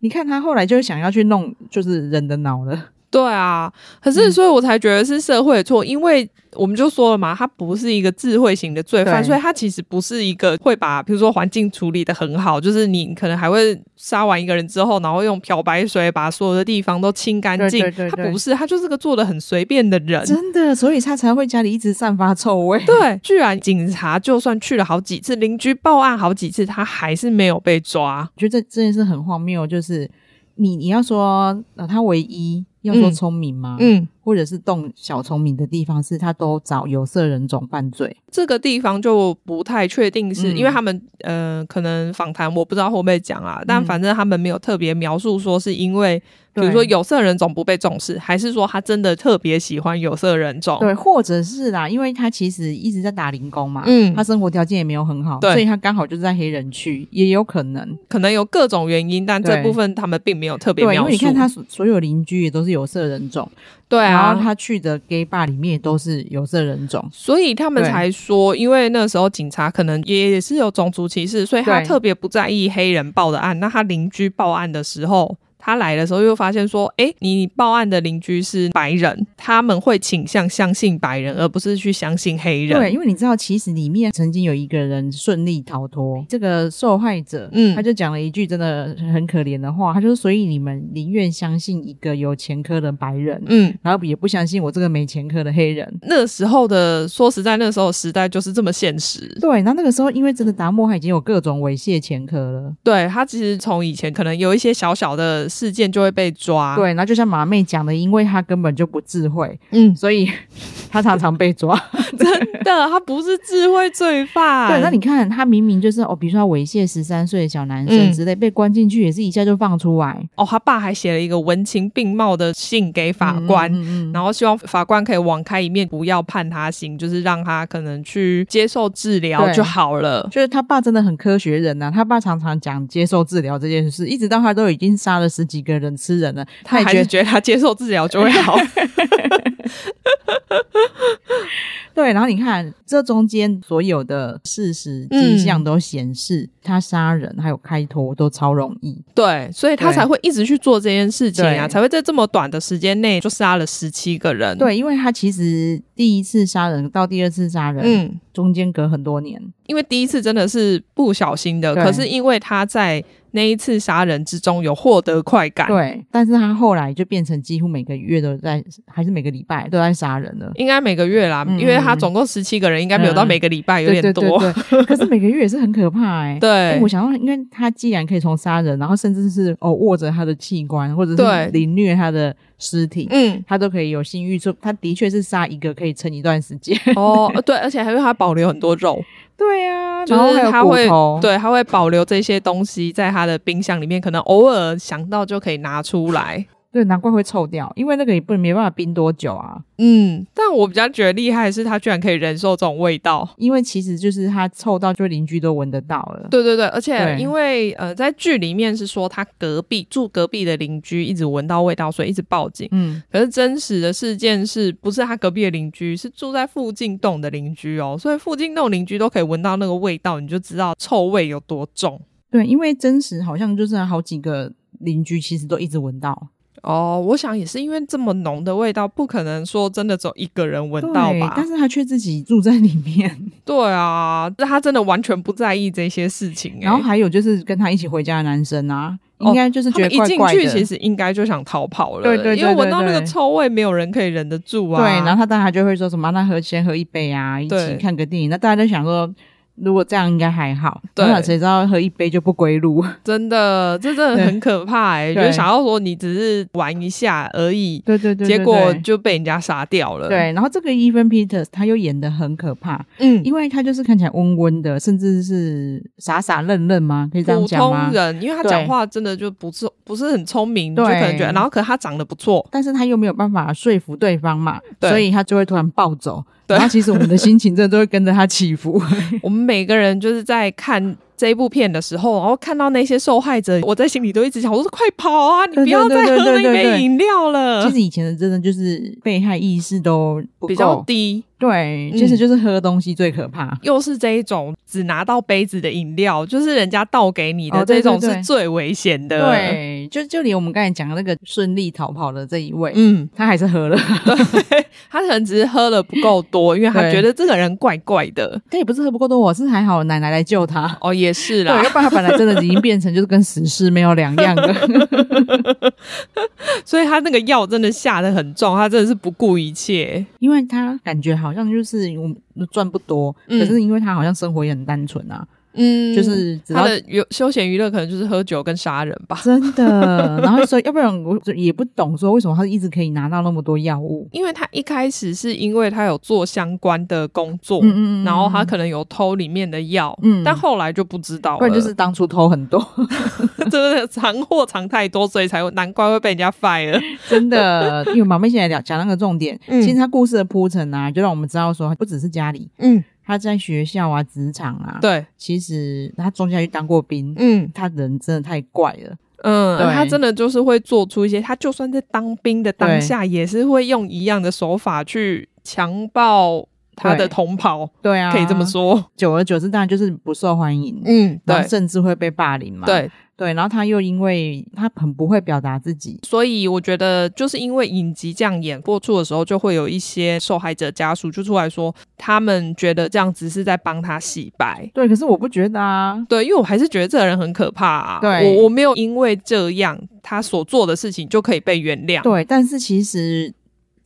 [SPEAKER 1] 你看他后来就想要去弄就是人的脑了，
[SPEAKER 2] 对啊，可
[SPEAKER 1] 嗯
[SPEAKER 2] 是所以我才觉得是社会的错，因为我们就说了嘛，他不是一个智慧型的罪犯，
[SPEAKER 1] 对
[SPEAKER 2] 所以他其实不是一个会把比如说环境处理的很好，就是你可能还会杀完一个人之后，然后用漂白水把所有的地方都清干净。
[SPEAKER 1] 对对对对
[SPEAKER 2] 他不是，他就是个做的很随便的人。
[SPEAKER 1] 真的，所以他才会家里一直散发臭 味。
[SPEAKER 2] 对，居然警察就算去了好几次，邻居报案好几次，他还是没有被抓。
[SPEAKER 1] 我觉得这这件事很荒谬，就是你你要说呃他唯一要说
[SPEAKER 2] 嗯
[SPEAKER 1] 聪明吗？
[SPEAKER 2] 嗯，
[SPEAKER 1] 或者是动小聪明的地方是他都找有色人种犯罪，
[SPEAKER 2] 这个地方就不太确定是，
[SPEAKER 1] 嗯
[SPEAKER 2] 因为他们呃，可能访谈我不知道会不会讲啊，
[SPEAKER 1] 嗯
[SPEAKER 2] 但反正他们没有特别描述说是因为，比
[SPEAKER 1] 对
[SPEAKER 2] 如说有色人种不被重视，还是说他真的特别喜欢有色人种？
[SPEAKER 1] 对，或者是啦，因为他其实一直在打零工嘛，
[SPEAKER 2] 嗯
[SPEAKER 1] 他生活条件也没有很好，
[SPEAKER 2] 对
[SPEAKER 1] 所以他刚好就是在黑人区，也有可能。
[SPEAKER 2] 可能有各种原因，但这
[SPEAKER 1] 对
[SPEAKER 2] 部分他们并没有特别
[SPEAKER 1] 对，因
[SPEAKER 2] 描述。
[SPEAKER 1] 为你看他所所有邻居也都是有色人种，
[SPEAKER 2] 对
[SPEAKER 1] 然
[SPEAKER 2] 啊
[SPEAKER 1] 后，他去的 gay bar 里面也都是有色人种，
[SPEAKER 2] 所以他们
[SPEAKER 1] 对
[SPEAKER 2] 才说，因为那时候警察可能也也是有种族歧视，所以他
[SPEAKER 1] 对
[SPEAKER 2] 特别不在意黑人报的案。那他邻居报案的时候，他来的时候又发现说，诶，你报案的邻居是白人，他们会倾向相信白人，而不是去相信黑人。
[SPEAKER 1] 对，因为你知道，其实里面曾经有一个人顺利逃脱，这个受害者，
[SPEAKER 2] 嗯
[SPEAKER 1] 他就讲了一句真的很可怜的话，他就说：“所以你们宁愿相信一个有前科的白人，
[SPEAKER 2] 嗯，
[SPEAKER 1] 然后也不相信我这个没前科的黑人。”
[SPEAKER 2] 那时候的说实在，那时候的时代就是这么现实。
[SPEAKER 1] 对，那那个时候，因为真的达摩他已经有各种猥亵前科了，
[SPEAKER 2] 对他其实从以前可能有一些小小的事件就会被抓。，
[SPEAKER 1] 对，然后就像马妹讲的，因为他根本就不智慧，
[SPEAKER 2] 嗯，
[SPEAKER 1] 所以 他常常被 抓。
[SPEAKER 2] 真的，他不是智慧罪犯。
[SPEAKER 1] 对，那你看，他明明就是哦，比如说他猥亵十三岁的小男生
[SPEAKER 2] 嗯
[SPEAKER 1] 之类，被关进去也是一下就放出来，
[SPEAKER 2] 哦，他爸还写了一个文情并茂的信给法官。
[SPEAKER 1] 嗯嗯嗯
[SPEAKER 2] 然后希望法官可以网开一面，不要判他刑，就是让他可能去接受治疗
[SPEAKER 1] 对
[SPEAKER 2] 就好了。
[SPEAKER 1] 就是他爸真的很科学人呐、他爸常常讲接受治疗这件事，一直到他都已经杀了十几个人吃人了，他
[SPEAKER 2] 他
[SPEAKER 1] 也
[SPEAKER 2] 还
[SPEAKER 1] 觉
[SPEAKER 2] 是
[SPEAKER 1] 得
[SPEAKER 2] 觉得他接受治疗就会 好。
[SPEAKER 1] 对。然后你看，这中间所有的事实
[SPEAKER 2] 嗯
[SPEAKER 1] 迹象都显示，他杀人还有开脱都超容易。
[SPEAKER 2] 对，所以他
[SPEAKER 1] 对
[SPEAKER 2] 才会一直去做这件事情啊，
[SPEAKER 1] 对
[SPEAKER 2] 才会在这么短的时间内就杀了十七个人。，
[SPEAKER 1] 对，因为他其实第一次杀人到第二次杀人，
[SPEAKER 2] 嗯，
[SPEAKER 1] 中间隔很多年。
[SPEAKER 2] 因为第一次真的是不小心的，
[SPEAKER 1] 对
[SPEAKER 2] 可是因为他在那一次杀人之中有获得快感，
[SPEAKER 1] 对，但是他后来就变成几乎每个月都在，还是每个礼拜都在杀人了。
[SPEAKER 2] 应该每个月啦，
[SPEAKER 1] 嗯
[SPEAKER 2] 因为他总共十七个人，应该没有到
[SPEAKER 1] 嗯
[SPEAKER 2] 每个礼拜，有
[SPEAKER 1] 对对
[SPEAKER 2] 点多。
[SPEAKER 1] 对对，可是每个月也是很可怕哎、
[SPEAKER 2] 对
[SPEAKER 1] 欸我想到，因为他既然可以从杀人，然后甚至是哦握着他的器官，或者
[SPEAKER 2] 对
[SPEAKER 1] 是凌虐他的尸体，
[SPEAKER 2] 嗯，
[SPEAKER 1] 他都可以有性欲，说他的确是杀一个可以撑一段时间。
[SPEAKER 2] 哦，对，而且还会它保留很多肉，
[SPEAKER 1] 对啊，
[SPEAKER 2] 就
[SPEAKER 1] 然后还
[SPEAKER 2] 是
[SPEAKER 1] 有
[SPEAKER 2] 它
[SPEAKER 1] 骨
[SPEAKER 2] 会
[SPEAKER 1] 头，
[SPEAKER 2] 对，它会保留这些东西在它的冰箱里面，可能偶尔想到就可以拿出来。
[SPEAKER 1] 对，难怪会臭掉，因为那个也不没办法冰多久啊。
[SPEAKER 2] 嗯，但我比较觉得厉害的是，它居然可以忍受这种味道。
[SPEAKER 1] 因为其实就是他臭到，就邻居都闻得到了。
[SPEAKER 2] 对对对，而且
[SPEAKER 1] 对
[SPEAKER 2] 因为呃，在剧里面是说他隔壁住隔壁的邻居一直闻到味道，所以一直报警。
[SPEAKER 1] 嗯，
[SPEAKER 2] 可是真实的事件是不是他隔壁的邻居，是住在附近栋的邻居哦，所以附近栋邻居都可以闻到那个味道，你就知道臭味有多重。
[SPEAKER 1] 对，因为真实好像就是好几个邻居其实都一直闻到，
[SPEAKER 2] 哦，我想也是因为这么浓的味道，不可能说真的只有一个人闻
[SPEAKER 1] 对
[SPEAKER 2] 到吧？
[SPEAKER 1] 但是他却自己住在里 面，
[SPEAKER 2] 对啊，但他真的完全不在意这些事情、欸。
[SPEAKER 1] 然后还有就是跟他一起回家的男生啊，
[SPEAKER 2] 哦
[SPEAKER 1] 应该就是
[SPEAKER 2] 他
[SPEAKER 1] 觉
[SPEAKER 2] 们
[SPEAKER 1] 得
[SPEAKER 2] 一
[SPEAKER 1] 怪
[SPEAKER 2] 进
[SPEAKER 1] 怪的。
[SPEAKER 2] 去，其实应该就想逃跑了，
[SPEAKER 1] 对对对
[SPEAKER 2] 因为闻到那
[SPEAKER 1] 对
[SPEAKER 2] 个
[SPEAKER 1] 对
[SPEAKER 2] 臭味，没有人可以忍得住啊。
[SPEAKER 1] 对，然后他当然就会说什么，那喝先喝一杯啊，一
[SPEAKER 2] 对
[SPEAKER 1] 起看个电影。那大家就想说，如果这样应该还好，
[SPEAKER 2] 对
[SPEAKER 1] 然后谁知道喝一杯就不归 路，
[SPEAKER 2] 真的，这真的很可怕哎、欸！
[SPEAKER 1] 对
[SPEAKER 2] 就想要说你只是玩一下而已，
[SPEAKER 1] 对对对
[SPEAKER 2] 结果就被人家杀掉了。，
[SPEAKER 1] 对。然后这个 Even Peters 他又演的很可怕，
[SPEAKER 2] 嗯，
[SPEAKER 1] 因为他就是看起来温温的，甚至是傻傻愣愣吗？可以这样
[SPEAKER 2] 普
[SPEAKER 1] 讲
[SPEAKER 2] 通
[SPEAKER 1] 吗？
[SPEAKER 2] 人，因为他
[SPEAKER 1] 对
[SPEAKER 2] 讲话真的就不是不是很聪明，就
[SPEAKER 1] 对
[SPEAKER 2] 可能觉得，然后可是他长得不错，
[SPEAKER 1] 但是他又没有办法说服对方嘛，
[SPEAKER 2] 对
[SPEAKER 1] 所以他就会突然暴走。
[SPEAKER 2] 对
[SPEAKER 1] 然后其实我们的心情真的都会跟着他起 伏。
[SPEAKER 2] 我们每个人就是在看。这一部片的时候，然后看到那些受害者，我在心里都一直想，我说快跑啊！你
[SPEAKER 1] 对
[SPEAKER 2] 不要
[SPEAKER 1] 对
[SPEAKER 2] 再
[SPEAKER 1] 对
[SPEAKER 2] 喝
[SPEAKER 1] 对
[SPEAKER 2] 那一
[SPEAKER 1] 对对
[SPEAKER 2] 杯饮料了
[SPEAKER 1] 其，实以前的真的就是被害意识都不
[SPEAKER 2] 比较
[SPEAKER 1] 够，
[SPEAKER 2] 低。
[SPEAKER 1] 对，
[SPEAKER 2] 嗯
[SPEAKER 1] 其实就是喝东西最可怕。
[SPEAKER 2] 又是这一种只拿到杯子的饮料，就是人家倒给你的、
[SPEAKER 1] 哦对
[SPEAKER 2] 这种
[SPEAKER 1] 对
[SPEAKER 2] 是
[SPEAKER 1] 对
[SPEAKER 2] 最危险的。，
[SPEAKER 1] 对，就就连我们刚才讲的那个顺利逃跑的这一位，
[SPEAKER 2] 嗯，
[SPEAKER 1] 他还是喝了，
[SPEAKER 2] 他可能只是喝了不够多，因为他
[SPEAKER 1] 对
[SPEAKER 2] 觉得这个人怪怪的。
[SPEAKER 1] 他也不是喝不够多，我是还好奶奶来救他。
[SPEAKER 2] 哦，也是
[SPEAKER 1] 对，
[SPEAKER 2] 啦
[SPEAKER 1] 要，不然他本来真的已经变成就是跟死尸没有两样了。
[SPEAKER 2] 所以他那个药真的下的很重，他真的是不顾一切。
[SPEAKER 1] 因为他感觉好像就是我赚不多，
[SPEAKER 2] 嗯
[SPEAKER 1] 可是因为他好像生活也很单纯啊，
[SPEAKER 2] 嗯
[SPEAKER 1] 就是只
[SPEAKER 2] 他
[SPEAKER 1] 要
[SPEAKER 2] 的娱休闲娱乐可能就是喝酒跟杀人吧。
[SPEAKER 1] 真的，然后所以要不然我就也不懂说为什么他一直可以拿到那么多药物。
[SPEAKER 2] 因为他一开始是因为他有做相关的工作，
[SPEAKER 1] 嗯嗯嗯
[SPEAKER 2] 然后他可能有偷里面的药，
[SPEAKER 1] 嗯
[SPEAKER 2] 但后来就不知道了，
[SPEAKER 1] 不然就是当初偷很多，
[SPEAKER 2] 真的藏货藏太多，所以才会难怪会被人 家 fire。
[SPEAKER 1] 真的。因为毛妹现在聊讲那个重点，
[SPEAKER 2] 嗯
[SPEAKER 1] 其实他故事的铺陈啊，就让我们知道说，不只是家里，
[SPEAKER 2] 嗯，
[SPEAKER 1] 他在学校啊、职场啊，，
[SPEAKER 2] 对，
[SPEAKER 1] 其实他中间去当过兵，
[SPEAKER 2] 嗯
[SPEAKER 1] 他人真的太怪了，
[SPEAKER 2] 嗯，
[SPEAKER 1] 对
[SPEAKER 2] 他真的就是会做出一些，他就算在当兵的当下，也是会用一样的手法去强暴他
[SPEAKER 1] 对
[SPEAKER 2] 的同袍，
[SPEAKER 1] 对啊，
[SPEAKER 2] 可以这么，说。
[SPEAKER 1] 久而久之，当然就是不受欢迎。
[SPEAKER 2] 嗯，
[SPEAKER 1] 然
[SPEAKER 2] 对
[SPEAKER 1] 后。甚至会被霸凌嘛？
[SPEAKER 2] 对，
[SPEAKER 1] 对，然后他又因为他很不会表达自己，
[SPEAKER 2] 所以我觉得就是因为影集这样演播出的时候，就会有一些受害者家属就出来说，他们觉得这样只是在帮他洗白。
[SPEAKER 1] 对，可是我不觉得啊，
[SPEAKER 2] 对，因为我还是觉得这个人很可怕、啊。
[SPEAKER 1] 对
[SPEAKER 2] 我我没有因为这样他所做的事情就可以被原谅。
[SPEAKER 1] 对，但是其实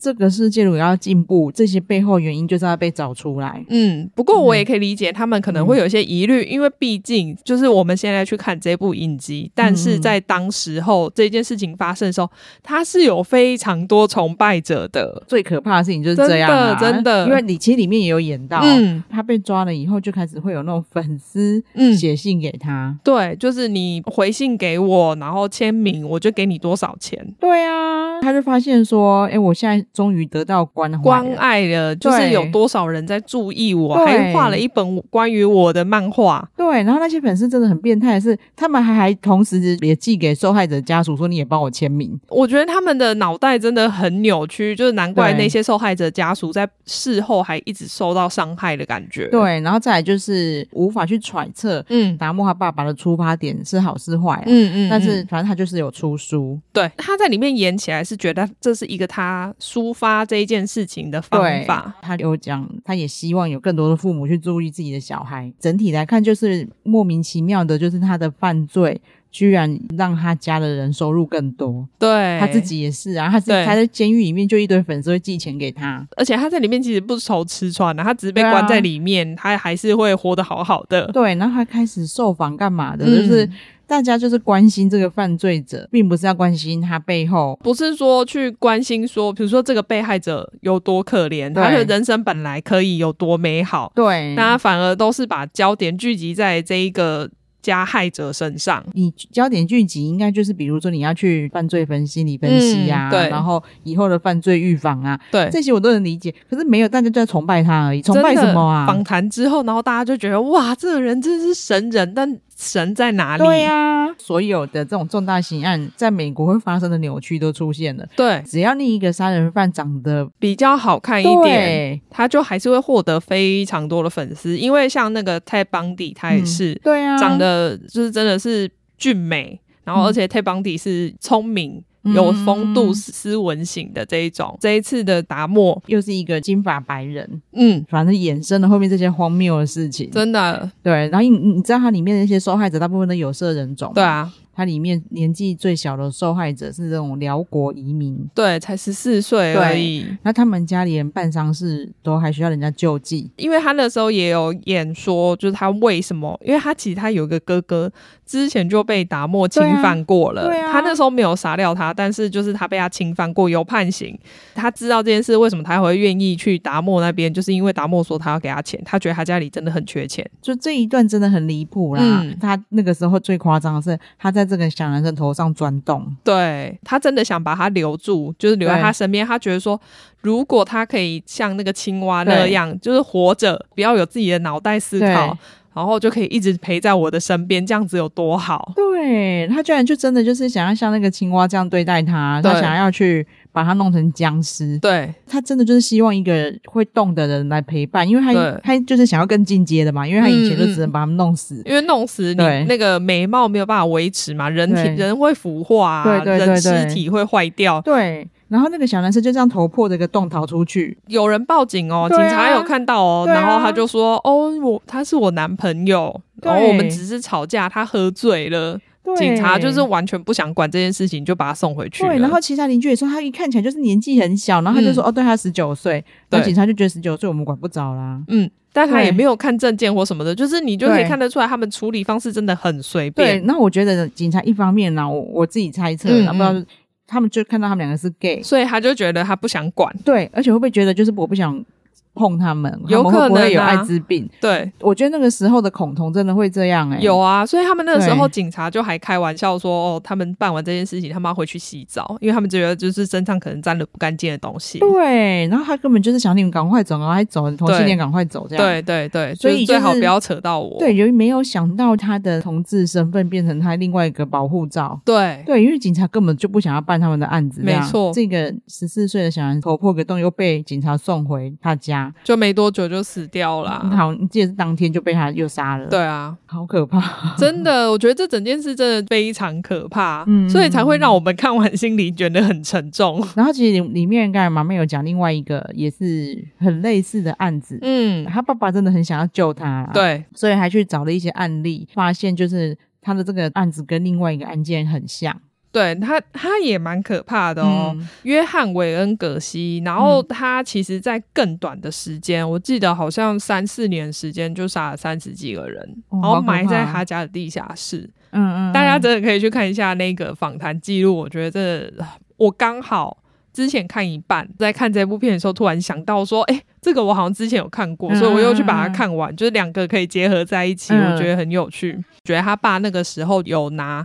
[SPEAKER 1] 这个世界如果要进步，这些背后原因就是要被找出来。
[SPEAKER 2] 嗯，不过我也可以理解他们可能会有一些疑虑，因为毕竟就是我们现在去看这部影集，但是在当时候这件事情发生的时候，他是有非常多崇拜者的。
[SPEAKER 1] 最可怕的事情就是
[SPEAKER 2] 真
[SPEAKER 1] 这样、啊，
[SPEAKER 2] 的真的
[SPEAKER 1] 因为你其实里面也有演到，
[SPEAKER 2] 嗯
[SPEAKER 1] 他被抓了以后，就开始会有那种粉丝
[SPEAKER 2] 嗯
[SPEAKER 1] 写信给他。
[SPEAKER 2] 对，就是你回信给我，然后签名，我就给你多少钱。
[SPEAKER 1] 对啊，他就发现说，哎、我现在终于得到关怀了，
[SPEAKER 2] 关爱了，就是有多少人在注意我，
[SPEAKER 1] 对
[SPEAKER 2] 还画了一本关于我的漫画。
[SPEAKER 1] 对，然后那些粉丝真的很变态的是，他们还还同时也寄给受害者家属说，你也帮我签名。
[SPEAKER 2] 我觉得他们的脑袋真的很扭曲，就是难怪
[SPEAKER 1] 对
[SPEAKER 2] 那些受害者家属在事后还一直受到伤害的感觉。，
[SPEAKER 1] 对，然后再来就是无法去揣测
[SPEAKER 2] 嗯
[SPEAKER 1] 达摩他爸爸的出发点是好是坏、啊，
[SPEAKER 2] 嗯嗯，
[SPEAKER 1] 但是
[SPEAKER 2] 嗯
[SPEAKER 1] 反正他就是有出书，
[SPEAKER 2] 对他在里面演起来是觉得这是一个他抒发这一件事情的方
[SPEAKER 1] 对
[SPEAKER 2] 法。，
[SPEAKER 1] 他有讲，他也希望有更多的父母去注意自己的小孩。整体来看，就是莫名其妙的，就是他的犯罪居然让他家的人收入更多，
[SPEAKER 2] 对，
[SPEAKER 1] 他自，己也是啊，他是
[SPEAKER 2] 对
[SPEAKER 1] 他在监狱里面就一堆粉丝会寄钱给他，
[SPEAKER 2] 而且他在里面其实不愁吃穿的、他只是被
[SPEAKER 1] 对啊
[SPEAKER 2] 关在里面，他还是会活得好好的。
[SPEAKER 1] 对，然后他开始受访干嘛的，
[SPEAKER 2] 嗯
[SPEAKER 1] 就是大家就是关心这个犯罪者，并不是要关心他背后。
[SPEAKER 2] 不是说去关心说，比如说这个被害者有多可怜，
[SPEAKER 1] 对嗯
[SPEAKER 2] 他的人生本来可以有多美好，
[SPEAKER 1] 对，
[SPEAKER 2] 大家反而都是把焦点聚集在这一个加害者身上。
[SPEAKER 1] 你焦点聚集应该就是，比如说你要去犯罪分析、理分析呀、啊
[SPEAKER 2] 嗯对
[SPEAKER 1] 然后以后的犯罪预防啊，
[SPEAKER 2] 对，
[SPEAKER 1] 这些我都能理解。可是没有，大家就在崇拜他而已，崇拜
[SPEAKER 2] 真的
[SPEAKER 1] 什么啊
[SPEAKER 2] 访？谈之后，然后大家就觉得哇，这个人真是神人，但神在哪里？
[SPEAKER 1] 对、呀、所有的这种重大刑案在美国会发生的扭曲都出现了。
[SPEAKER 2] 对，
[SPEAKER 1] 只要另一个杀人犯长得
[SPEAKER 2] 比较好看一点，
[SPEAKER 1] 对，
[SPEAKER 2] 他就还是会获得非常多的粉丝，因为像那个泰邦迪，他也是、
[SPEAKER 1] 对啊，
[SPEAKER 2] 长得就是真的是俊美，然后
[SPEAKER 1] 嗯
[SPEAKER 2] 而且泰邦迪是聪明。
[SPEAKER 1] 嗯
[SPEAKER 2] 有风度、斯文型的这一种，这一次的达摩，
[SPEAKER 1] 又是一个金发白人，
[SPEAKER 2] 嗯，
[SPEAKER 1] 反正衍生了后面这些荒谬的事情。
[SPEAKER 2] 真的，
[SPEAKER 1] 对，然后你你你知道它里面的那些受害者大部分都有色人种，
[SPEAKER 2] 对。啊，
[SPEAKER 1] 它里面年纪最小的受害者是这种辽国移民，
[SPEAKER 2] 对，才十四岁而已。
[SPEAKER 1] 那他们家里人办丧事都还需要人家救济，
[SPEAKER 2] 因为他那时候也有演说，就是他为什么？因为他其实他有一个哥哥，之前就被达莫侵犯过了。
[SPEAKER 1] 对啊对啊
[SPEAKER 2] 他那时候没有杀掉他，但是就是他被他侵犯过，有判刑。他知道这件事，为什么他会愿意去达莫那边？就是因为达莫说他要给他钱，他觉得他家里真的很缺钱。
[SPEAKER 1] 就这一段真的很离谱啦。
[SPEAKER 2] 嗯
[SPEAKER 1] 他那个时候最夸张的是，他在这个小男生头上钻洞，
[SPEAKER 2] 对他真的想把他留住，就是留在
[SPEAKER 1] 对
[SPEAKER 2] 他身边。他觉得说，如果他可以像那个青蛙那样，就是活着，不要有自己的脑袋思考
[SPEAKER 1] 对，
[SPEAKER 2] 然后就可以一直陪在我的身边，这样子有多好？
[SPEAKER 1] 对他居然就真的就是想要像那个青蛙这样对待他，他
[SPEAKER 2] 对
[SPEAKER 1] 想要去把他弄成僵尸。
[SPEAKER 2] 对
[SPEAKER 1] 他真的就是希望一个会动的人来陪伴，因为他
[SPEAKER 2] 对
[SPEAKER 1] 他就是想要更进阶的嘛，因为他以前就
[SPEAKER 2] 嗯嗯
[SPEAKER 1] 只能把他们弄死。
[SPEAKER 2] 因为弄死你
[SPEAKER 1] 对
[SPEAKER 2] 那个眉毛没有办法维持嘛，人体
[SPEAKER 1] 对
[SPEAKER 2] 人会腐化、啊，
[SPEAKER 1] 对对对
[SPEAKER 2] 人
[SPEAKER 1] 对
[SPEAKER 2] 尸体会坏掉。
[SPEAKER 1] 对，然后那个小男生就这样头破着一个洞逃出去，
[SPEAKER 2] 有人报警哦，
[SPEAKER 1] 对啊
[SPEAKER 2] 警察有看到哦，
[SPEAKER 1] 对啊
[SPEAKER 2] 然后他就说：“哦，我他是我男朋友，然后
[SPEAKER 1] 对
[SPEAKER 2] 我们只是吵架，他喝醉了。”
[SPEAKER 1] 对
[SPEAKER 2] 警察就是完全不想管这件事情，就把他送回去了。嗯
[SPEAKER 1] 对，然后其他邻居也说他一看起来就是年纪很小，然后他就说、哦，对他十九岁，那
[SPEAKER 2] 对
[SPEAKER 1] 警察就觉得十九岁我们管不着啦。
[SPEAKER 2] 嗯，但他
[SPEAKER 1] 对
[SPEAKER 2] 也没有看证件或什么的，就是你就可以
[SPEAKER 1] 对
[SPEAKER 2] 看得出来，他们处理方式真的很随
[SPEAKER 1] 对，
[SPEAKER 2] 便。
[SPEAKER 1] 那我觉得警察一方面呢，我我自己猜测，
[SPEAKER 2] 嗯
[SPEAKER 1] 然后不知道他们就看到他们两个是 gay，
[SPEAKER 2] 所以他就觉得他不想管，
[SPEAKER 1] 对，而且会不会觉得就是我不想碰他们，
[SPEAKER 2] 有
[SPEAKER 1] 他们会不
[SPEAKER 2] 可能啊
[SPEAKER 1] 会有艾滋病？
[SPEAKER 2] 对，
[SPEAKER 1] 我觉得那个时候的恐同真的会这样哎、
[SPEAKER 2] 有啊，所以他们那个时候
[SPEAKER 1] 对
[SPEAKER 2] 警察就还开玩笑说，哦，他们办完这件事情，他们要回去洗澡，因为他们觉得就是身上可能沾了不干净的东西。
[SPEAKER 1] 对，然后他根本就是想你们赶快走，赶快走，同性恋赶快走这样。
[SPEAKER 2] 对对对，
[SPEAKER 1] 所以
[SPEAKER 2] 就是
[SPEAKER 1] 就
[SPEAKER 2] 最好
[SPEAKER 1] 是
[SPEAKER 2] 不要扯到我。
[SPEAKER 1] 对，由于没有想到他的同志身份变成他另外一个保护罩。
[SPEAKER 2] 对
[SPEAKER 1] 对，因为警察根本就不想要办他们的案子，
[SPEAKER 2] 没
[SPEAKER 1] 这样
[SPEAKER 2] 错
[SPEAKER 1] 这个十四岁的小孩头破个洞，又被警察送回他家，
[SPEAKER 2] 就没多久就死掉啦。
[SPEAKER 1] 嗯好，记得是当天就被他又杀了，
[SPEAKER 2] 啊对，啊，
[SPEAKER 1] 好可怕。
[SPEAKER 2] 真的，我觉得这整件事真的非常可怕，
[SPEAKER 1] 嗯
[SPEAKER 2] 所以才会让我们看完心里觉得很沉重。
[SPEAKER 1] 然后其实里里面刚才妈妈有讲另外一个也是很类似的案子，
[SPEAKER 2] 嗯，
[SPEAKER 1] 他爸爸真的很想要救他，，
[SPEAKER 2] 对，
[SPEAKER 1] 所以还去找了一些案例，发现就是他的这个案子跟另外一个案件很像。
[SPEAKER 2] 对他他也蛮可怕的哦。
[SPEAKER 1] 嗯
[SPEAKER 2] 约翰韦恩葛西，然后他其实，在更短的时间，我记得好像三四年时间就杀了三十几个人，
[SPEAKER 1] 哦
[SPEAKER 2] 然后
[SPEAKER 1] 好可怕
[SPEAKER 2] 埋在他家的地下室。
[SPEAKER 1] 嗯嗯，
[SPEAKER 2] 大家真的可以去看一下那个访谈记录，我觉得真的，呃我刚好之前看一半，在看这部片的时候，突然想到说，哎、这个我好像之前有看过，
[SPEAKER 1] 嗯
[SPEAKER 2] 所以我又去把它看完，就是两个可以结合在一起，
[SPEAKER 1] 嗯
[SPEAKER 2] 我觉得很有趣。觉得他爸那个时候有拿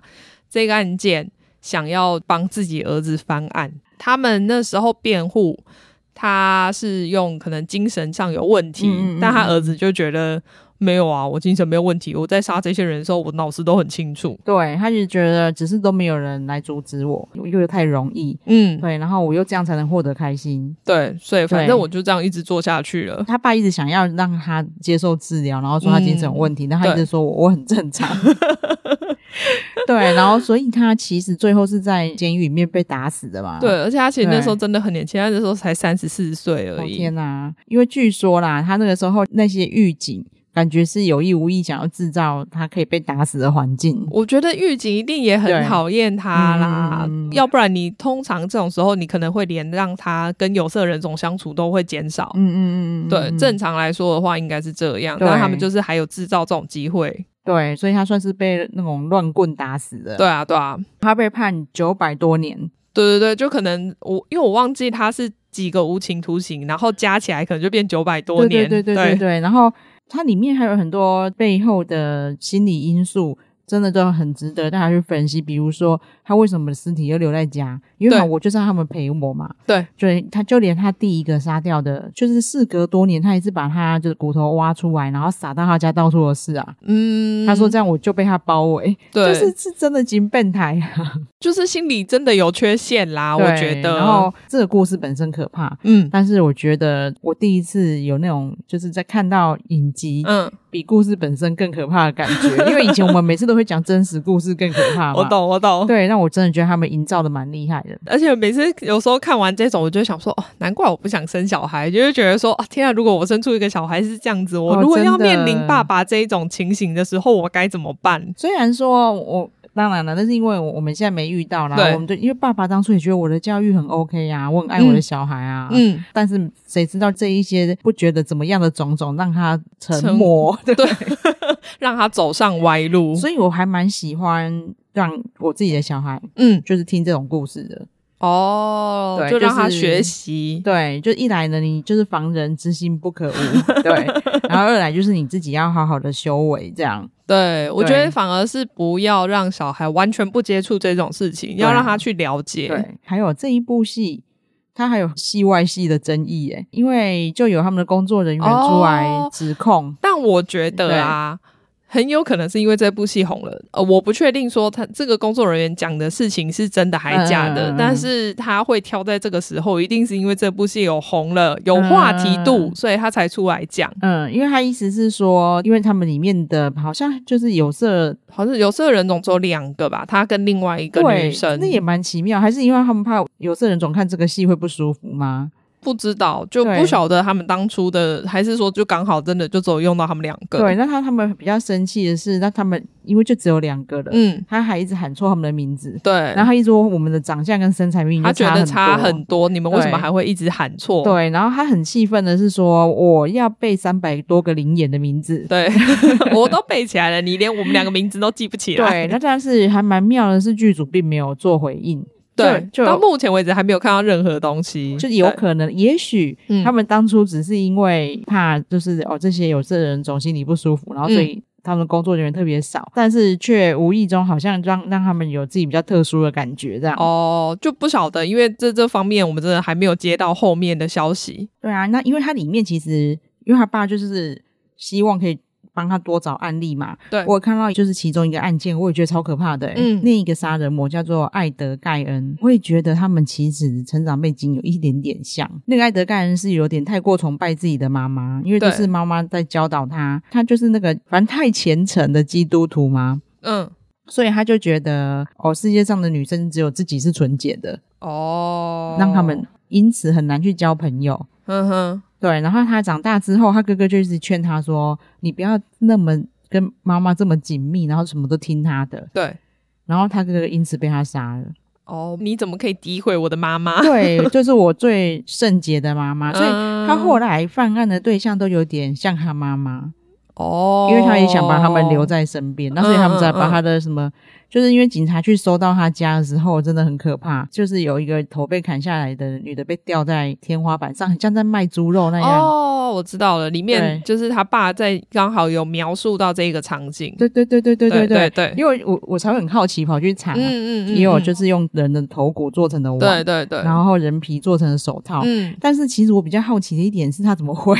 [SPEAKER 2] 这个案件想要帮自己儿子翻案，他们那时候辩护。他是用可能精神上有问
[SPEAKER 1] 嗯
[SPEAKER 2] 题，
[SPEAKER 1] 嗯嗯
[SPEAKER 2] 但他儿子就觉得没有啊，我精神没有问题，我在杀这些人的时候，我脑子都很清楚。
[SPEAKER 1] 对，他就觉得只是都没有人来阻止我，又太容易，
[SPEAKER 2] 嗯，
[SPEAKER 1] 对，然后我又这样才能获得开心。
[SPEAKER 2] 对，所以反
[SPEAKER 1] 对
[SPEAKER 2] 正我就这样一直做下去了。
[SPEAKER 1] 他爸一直想要让他接受治疗，然后说他精神有
[SPEAKER 2] 嗯
[SPEAKER 1] 问题，但他一直说我我很正 常。对，然后所以他其实最后是在监狱里面被打死的嘛。哦
[SPEAKER 2] 对，而且他其实
[SPEAKER 1] 啊对
[SPEAKER 2] 那时候真的很年轻，他那时候才三十四岁
[SPEAKER 1] 哦
[SPEAKER 2] 而已。
[SPEAKER 1] 天哪、因为据说啦，他那个时候那些狱警感觉是有意无意想要制造他可以被打死的环境。
[SPEAKER 2] 我觉得狱警一定也很
[SPEAKER 1] 对
[SPEAKER 2] 讨厌他啦，
[SPEAKER 1] 嗯
[SPEAKER 2] 要不然你通常这种时候，你可能会连让他跟有色人种相处都会减少。
[SPEAKER 1] 嗯嗯嗯嗯，
[SPEAKER 2] 对，
[SPEAKER 1] 嗯
[SPEAKER 2] 正常来说的话应该是这样，
[SPEAKER 1] 对
[SPEAKER 2] 但他们就是还有制造这种机会。
[SPEAKER 1] 对，所以他算是被那种乱棍打死的。
[SPEAKER 2] 对，啊，对啊，
[SPEAKER 1] 他被判九百多年。
[SPEAKER 2] 对对对，就可能我因为我忘记他是几个无期徒刑，然后加起来可能就变九百多
[SPEAKER 1] 对
[SPEAKER 2] 年。
[SPEAKER 1] 对对对对对。然后它里面还有很多背后的心理因素，真的都很值得大家去分析。比如说，他为什么尸体又留在家？因为
[SPEAKER 2] 对
[SPEAKER 1] 嘛我就是让他们陪我嘛。
[SPEAKER 2] 对，
[SPEAKER 1] 对，他就连他第一个杀掉的，就是事隔多年，他也是把他就是骨头挖出来，然后撒到他家到处都是啊。
[SPEAKER 2] 嗯，
[SPEAKER 1] 他说这样我就被他包围，
[SPEAKER 2] 对，
[SPEAKER 1] 就是是真的金变态啊！
[SPEAKER 2] 就是心里真的有缺陷啊啦，我
[SPEAKER 1] 对
[SPEAKER 2] 觉得。
[SPEAKER 1] 然后这个故事本身可怕，
[SPEAKER 2] 嗯
[SPEAKER 1] 但是我觉得我第一次有那种就是在看到影集，
[SPEAKER 2] 嗯，
[SPEAKER 1] 比故事本身更可怕的感觉，因为以前我们每次都会讲真实故事更可怕嘛。
[SPEAKER 2] 我。懂我懂。
[SPEAKER 1] 对，那我真的觉得他们营造的蛮厉害的。
[SPEAKER 2] 而且每次有时候看完这种，我就想说，哦，难怪我不想生小孩，就是觉得说，啊，天啊，如果我生出一个小孩是这样子，我
[SPEAKER 1] 哦
[SPEAKER 2] 如果
[SPEAKER 1] 真的
[SPEAKER 2] 要面临爸爸这一种情形的时候，我该怎么办？
[SPEAKER 1] 虽然说我当然了，那是因为我我们现在没遇到啦。
[SPEAKER 2] 对
[SPEAKER 1] 我们对，因为爸爸当初也觉得我的教育很 OK 啊，我很爱我的小孩啊。
[SPEAKER 2] 嗯，
[SPEAKER 1] 但是谁知道这一些不觉得怎么样的种种让他
[SPEAKER 2] 沉
[SPEAKER 1] 沉默，对不
[SPEAKER 2] 对，让他走上歪路
[SPEAKER 1] 对？。所以我还蛮喜欢让我自己的小孩
[SPEAKER 2] 嗯，
[SPEAKER 1] 就是听这种故事的。
[SPEAKER 2] 哦，
[SPEAKER 1] 对
[SPEAKER 2] 就让他
[SPEAKER 1] 就是
[SPEAKER 2] 学习。
[SPEAKER 1] 对，就一来呢，你就是防人之心不可 无，对；然后二来就是你自己要好好的修为，这样。
[SPEAKER 2] 对，我觉
[SPEAKER 1] 对
[SPEAKER 2] 得反而是不要让小孩完全不接触这种事情，
[SPEAKER 1] 对啊
[SPEAKER 2] 要让他去了解。
[SPEAKER 1] 对，还有这一部戏，它还有戏外戏的争议耶，因为就有他们的工作人员出来
[SPEAKER 2] 哦
[SPEAKER 1] 指控，
[SPEAKER 2] 但我觉得啊，很有可能是因为这部戏红了。呃，我不确定说他这个工作人员讲的事情是真的还假
[SPEAKER 1] 嗯
[SPEAKER 2] 的，
[SPEAKER 1] 嗯嗯嗯
[SPEAKER 2] 但是他会挑在这个时候，一定是因为这部戏有红了，有话题度，所以他才出来讲。
[SPEAKER 1] 嗯，因为他意思是说，因为他们里面的好像就是有色
[SPEAKER 2] 好像有色人种只有两个吧，他跟另外一个
[SPEAKER 1] 对
[SPEAKER 2] 女生
[SPEAKER 1] 那，也蛮奇妙，还是因为他们怕有色人种看这个戏会不舒服吗？
[SPEAKER 2] 不知道就
[SPEAKER 1] 对
[SPEAKER 2] 不晓得他们当初的，还是说就刚好真的就只有用到他们两个。
[SPEAKER 1] 对，，那他他们比较生气的是，那他们因为就只有两个人，
[SPEAKER 2] 嗯，
[SPEAKER 1] 他还一直喊错他们的名字，
[SPEAKER 2] 对。
[SPEAKER 1] 然后他一直说我们的长相跟身材明明
[SPEAKER 2] 他
[SPEAKER 1] 就
[SPEAKER 2] 觉
[SPEAKER 1] 差
[SPEAKER 2] 得
[SPEAKER 1] 多
[SPEAKER 2] 差很多，你们为什么
[SPEAKER 1] 对
[SPEAKER 2] 还会一直喊错？
[SPEAKER 1] 对，然后他很气愤的是说，我要背三百多个灵眼的名字。
[SPEAKER 2] 对，我都背起来了，你连我们两个名字都记不起来。
[SPEAKER 1] 对，那但是还蛮妙的是，剧组并没有做回应，就
[SPEAKER 2] 到
[SPEAKER 1] 就
[SPEAKER 2] 目前为止还没有看到任何东西，
[SPEAKER 1] 就有
[SPEAKER 2] 嗯对
[SPEAKER 1] 可能，也许
[SPEAKER 2] 嗯
[SPEAKER 1] 他们当初只是因为怕，就是哦这些有色人种心里不舒服，然后所
[SPEAKER 2] 嗯
[SPEAKER 1] 以他们工作人员特别少，但是却无意中好像让让他们有自己比较特殊的感觉这样。
[SPEAKER 2] 哦，就不晓得，因为这这方面我们真的还没有接到后面的消息。
[SPEAKER 1] 对啊，那因为它里面其实，因为他爸就是希望可以帮他多找案例嘛。
[SPEAKER 2] 对
[SPEAKER 1] 我有看到就是其中一个案件，我也觉得超可怕的、欸。
[SPEAKER 2] 嗯
[SPEAKER 1] 另一个杀人魔叫做艾德盖恩，我也觉得他们其实成长背景有一点点像。那个艾德盖恩是有点太过崇拜自己的妈妈，因为就
[SPEAKER 2] 对
[SPEAKER 1] 是妈妈在教导他，他就是那个反正太虔诚的基督徒嘛。
[SPEAKER 2] 嗯，
[SPEAKER 1] 所以他就觉得，哦，世界上的女生只有自己是纯洁的，
[SPEAKER 2] 哦，
[SPEAKER 1] 让他们，因此很难去交朋友。
[SPEAKER 2] 嗯哼，
[SPEAKER 1] 对，然后他长大之后，他哥哥就一直劝他说：“你不要那么跟妈妈这么紧密，然后什么都听他的。
[SPEAKER 2] 对，”
[SPEAKER 1] 然后他哥哥因此被他杀 了。
[SPEAKER 2] 哦，你怎么可以诋毁我的妈妈？
[SPEAKER 1] 对，就是我最圣洁的妈妈，所以
[SPEAKER 2] 嗯
[SPEAKER 1] 他后来犯案的对象都有点像他妈妈，
[SPEAKER 2] 哦，嗯
[SPEAKER 1] 因为他也想把他们留，在身边，那所以他们才把他的什么，就是因为警察去搜到他家的时候，真的很可怕，就是有一个头被砍下来的女的被吊在天花板上，很像在卖猪肉那样。
[SPEAKER 2] 哦，我知道了，里面
[SPEAKER 1] 对
[SPEAKER 2] 就是他爸在刚好有描述到这个场景，
[SPEAKER 1] 对对对对对对
[SPEAKER 2] 对对，
[SPEAKER 1] 因为我我才会很好奇跑去查，
[SPEAKER 2] 嗯嗯嗯，
[SPEAKER 1] 也有
[SPEAKER 2] 嗯
[SPEAKER 1] 就是用人的头骨做成的碗，
[SPEAKER 2] 对对对，
[SPEAKER 1] 然后人皮做成的手套。
[SPEAKER 2] 嗯，
[SPEAKER 1] 但是其实我比较好奇的一点是，他怎么会？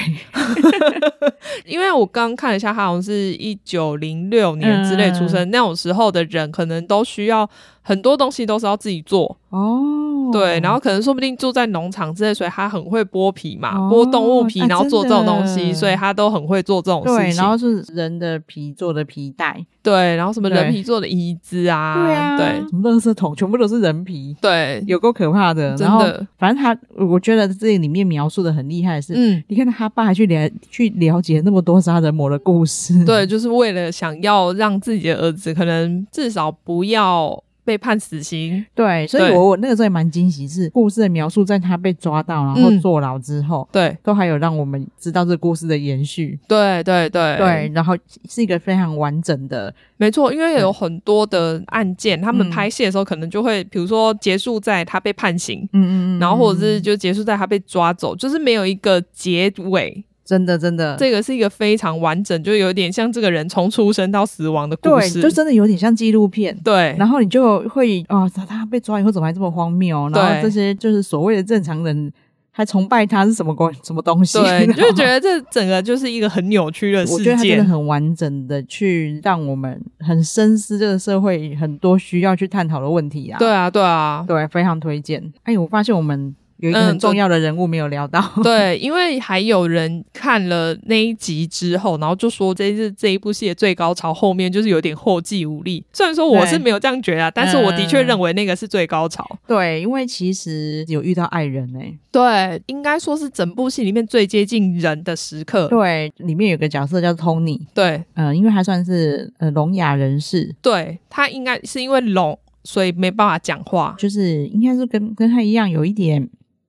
[SPEAKER 2] 因为我刚看了一下，他好像是一九零六年之类出
[SPEAKER 1] 嗯
[SPEAKER 2] 生，那种时候的人可能都需要很多东西都是要自己做，
[SPEAKER 1] 哦，
[SPEAKER 2] 对，然后可能说不定住在农场之类，所以他很会剥皮嘛，
[SPEAKER 1] 哦
[SPEAKER 2] 剥动物皮，
[SPEAKER 1] 啊
[SPEAKER 2] 然后做这种东
[SPEAKER 1] 真
[SPEAKER 2] 西，
[SPEAKER 1] 的
[SPEAKER 2] 所以他都很会做这种事
[SPEAKER 1] 对，
[SPEAKER 2] 情。啊
[SPEAKER 1] 然后是人的皮做的皮带，
[SPEAKER 2] 对，然后什么
[SPEAKER 1] 对
[SPEAKER 2] 人皮做的椅子啊，对
[SPEAKER 1] 什么垃圾桶全部都是人皮，
[SPEAKER 2] 对
[SPEAKER 1] 有够可怕的。
[SPEAKER 2] 真
[SPEAKER 1] 然后
[SPEAKER 2] 的，
[SPEAKER 1] 反正他，我觉得这里面描述的很厉害的是，
[SPEAKER 2] 嗯，
[SPEAKER 1] 你看他爸还去了去了解那么多杀人魔的故事，
[SPEAKER 2] 对，就是为了想要让自己的儿子可能至少不要被判死刑，
[SPEAKER 1] 对，所以
[SPEAKER 2] 对
[SPEAKER 1] 我我那个时候也蛮惊喜，是故事的描述，在他被抓到然后
[SPEAKER 2] 嗯
[SPEAKER 1] 坐牢之后，
[SPEAKER 2] 对
[SPEAKER 1] 都还有让我们知道这故事的延续。
[SPEAKER 2] 对对对
[SPEAKER 1] 对，然后是一个非常完整的，
[SPEAKER 2] 没错，因为
[SPEAKER 1] 嗯
[SPEAKER 2] 有很多的案件，他们拍戏的时候可能就会，比如说结束在他被判刑，
[SPEAKER 1] 嗯嗯嗯，
[SPEAKER 2] 然后或者是就结束在他被抓走，就是没有一个结尾。
[SPEAKER 1] 真的真的，
[SPEAKER 2] 这个是一个非常完整，就有点像这个人从出生到死亡的故
[SPEAKER 1] 对，
[SPEAKER 2] 事。
[SPEAKER 1] 就真的有点像纪录片。
[SPEAKER 2] 对
[SPEAKER 1] 然后你就会哦，他他被抓以后怎么还这么荒谬？然
[SPEAKER 2] 对
[SPEAKER 1] 后这些就是所谓的正常人还崇拜他是什么关什么东 西？
[SPEAKER 2] 对，你就会觉
[SPEAKER 1] 得。
[SPEAKER 2] 得这整个就是一个很扭曲的
[SPEAKER 1] 我
[SPEAKER 2] 世
[SPEAKER 1] 觉得他真
[SPEAKER 2] 界
[SPEAKER 1] 的。很完整的去让我们很深思这个社会很多需要去探讨的问题啊。
[SPEAKER 2] 对啊，对啊，
[SPEAKER 1] 对，非常推荐。哎，我发现我们有一个
[SPEAKER 2] 嗯
[SPEAKER 1] 很重要的人物没有聊 到。
[SPEAKER 2] 对，因为还有人看了那一集之后，然后就说这是这一部戏的最高潮，后面就是有点后继无力。虽然说我是
[SPEAKER 1] 对
[SPEAKER 2] 没有这样觉得啊，但是我的确
[SPEAKER 1] 嗯
[SPEAKER 2] 认为那个是最高潮。
[SPEAKER 1] 对，因为其实有遇到爱人哎、
[SPEAKER 2] 对，应该说是整部戏里面最接近人的时刻。
[SPEAKER 1] 对，里面有个角色叫 Tony，
[SPEAKER 2] 对，
[SPEAKER 1] 呃，因为他算是呃聋哑人士，
[SPEAKER 2] 对他应该是因为聋，所以没办法讲话。
[SPEAKER 1] 就是应该是跟跟他一样有一点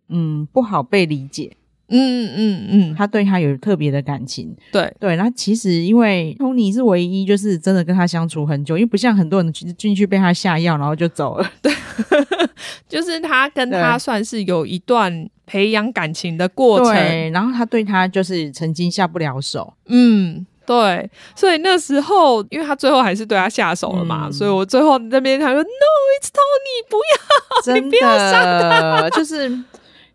[SPEAKER 1] 嗯不好被理解，
[SPEAKER 2] 嗯嗯嗯，
[SPEAKER 1] 他对他有特别的感情。
[SPEAKER 2] 对
[SPEAKER 1] 对，那其实因为 Tony 是唯一就是真的跟他相处很久，因为不像很多人进进去被他下药然后就走了。
[SPEAKER 2] 就是他跟
[SPEAKER 1] 对
[SPEAKER 2] 他算是有一段培养感情的过程。
[SPEAKER 1] 对，然后他对他就是曾经下不了 手，
[SPEAKER 2] 嗯。对，所以那时候，因为他最后还是对他下手了嘛，
[SPEAKER 1] 嗯
[SPEAKER 2] 所以我最后那边他说嗯 “No, it's Tony，不要
[SPEAKER 1] 真的就是。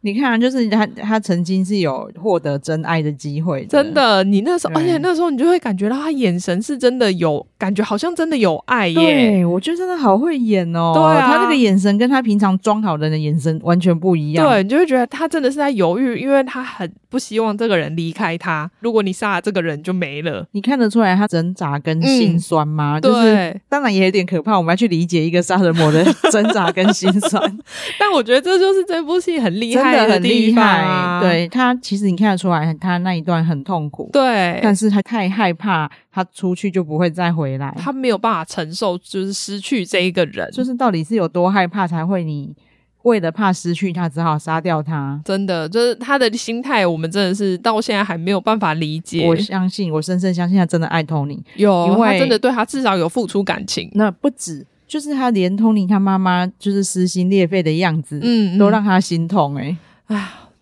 [SPEAKER 1] 你看啊，就是他，他曾经是有获得真爱的机会”，
[SPEAKER 2] 真的，你那时候，而
[SPEAKER 1] 对
[SPEAKER 2] 且那时候你就会感觉到他眼神是真的有感觉，好像真的有爱耶。
[SPEAKER 1] 对，我觉得真的好会演哦。
[SPEAKER 2] 对啊
[SPEAKER 1] 他那个眼神跟他平常装好人的眼神完全不一样。
[SPEAKER 2] 对，你就会觉得他真的是在犹豫，因为他很不希望这个人离开他。如果你杀了这个人，就没了。
[SPEAKER 1] 你看得出来他挣扎跟心酸吗？就是
[SPEAKER 2] 嗯对，
[SPEAKER 1] 当然也有点可怕，我们要去理解一个杀人魔的 挣扎跟心酸，
[SPEAKER 2] 但我觉得这就是这部戏很厉
[SPEAKER 1] 真
[SPEAKER 2] 害
[SPEAKER 1] 的很
[SPEAKER 2] 地
[SPEAKER 1] 厉
[SPEAKER 2] 方
[SPEAKER 1] 害。
[SPEAKER 2] 啊、
[SPEAKER 1] 对他，其实你看得出来他那一段很痛苦，
[SPEAKER 2] 对
[SPEAKER 1] 但，是他太害怕他出去就不会再回来，
[SPEAKER 2] 他没有办法承受，就是失去这一个人，
[SPEAKER 1] 就是到底是有多害怕才会你为了怕失去他只好杀掉他。
[SPEAKER 2] 真的就是他的心态，我们真的是到现在还没有办法理解。
[SPEAKER 1] 我相信，我深深相信他真的爱 Tony。
[SPEAKER 2] 有
[SPEAKER 1] 因
[SPEAKER 2] 他
[SPEAKER 1] 为
[SPEAKER 2] 真的对他至少有付出感情，
[SPEAKER 1] 那不止，就是他连 Tony 他妈妈就是撕心裂肺的样子，
[SPEAKER 2] 嗯，
[SPEAKER 1] 都
[SPEAKER 2] 嗯
[SPEAKER 1] 让他心痛哎、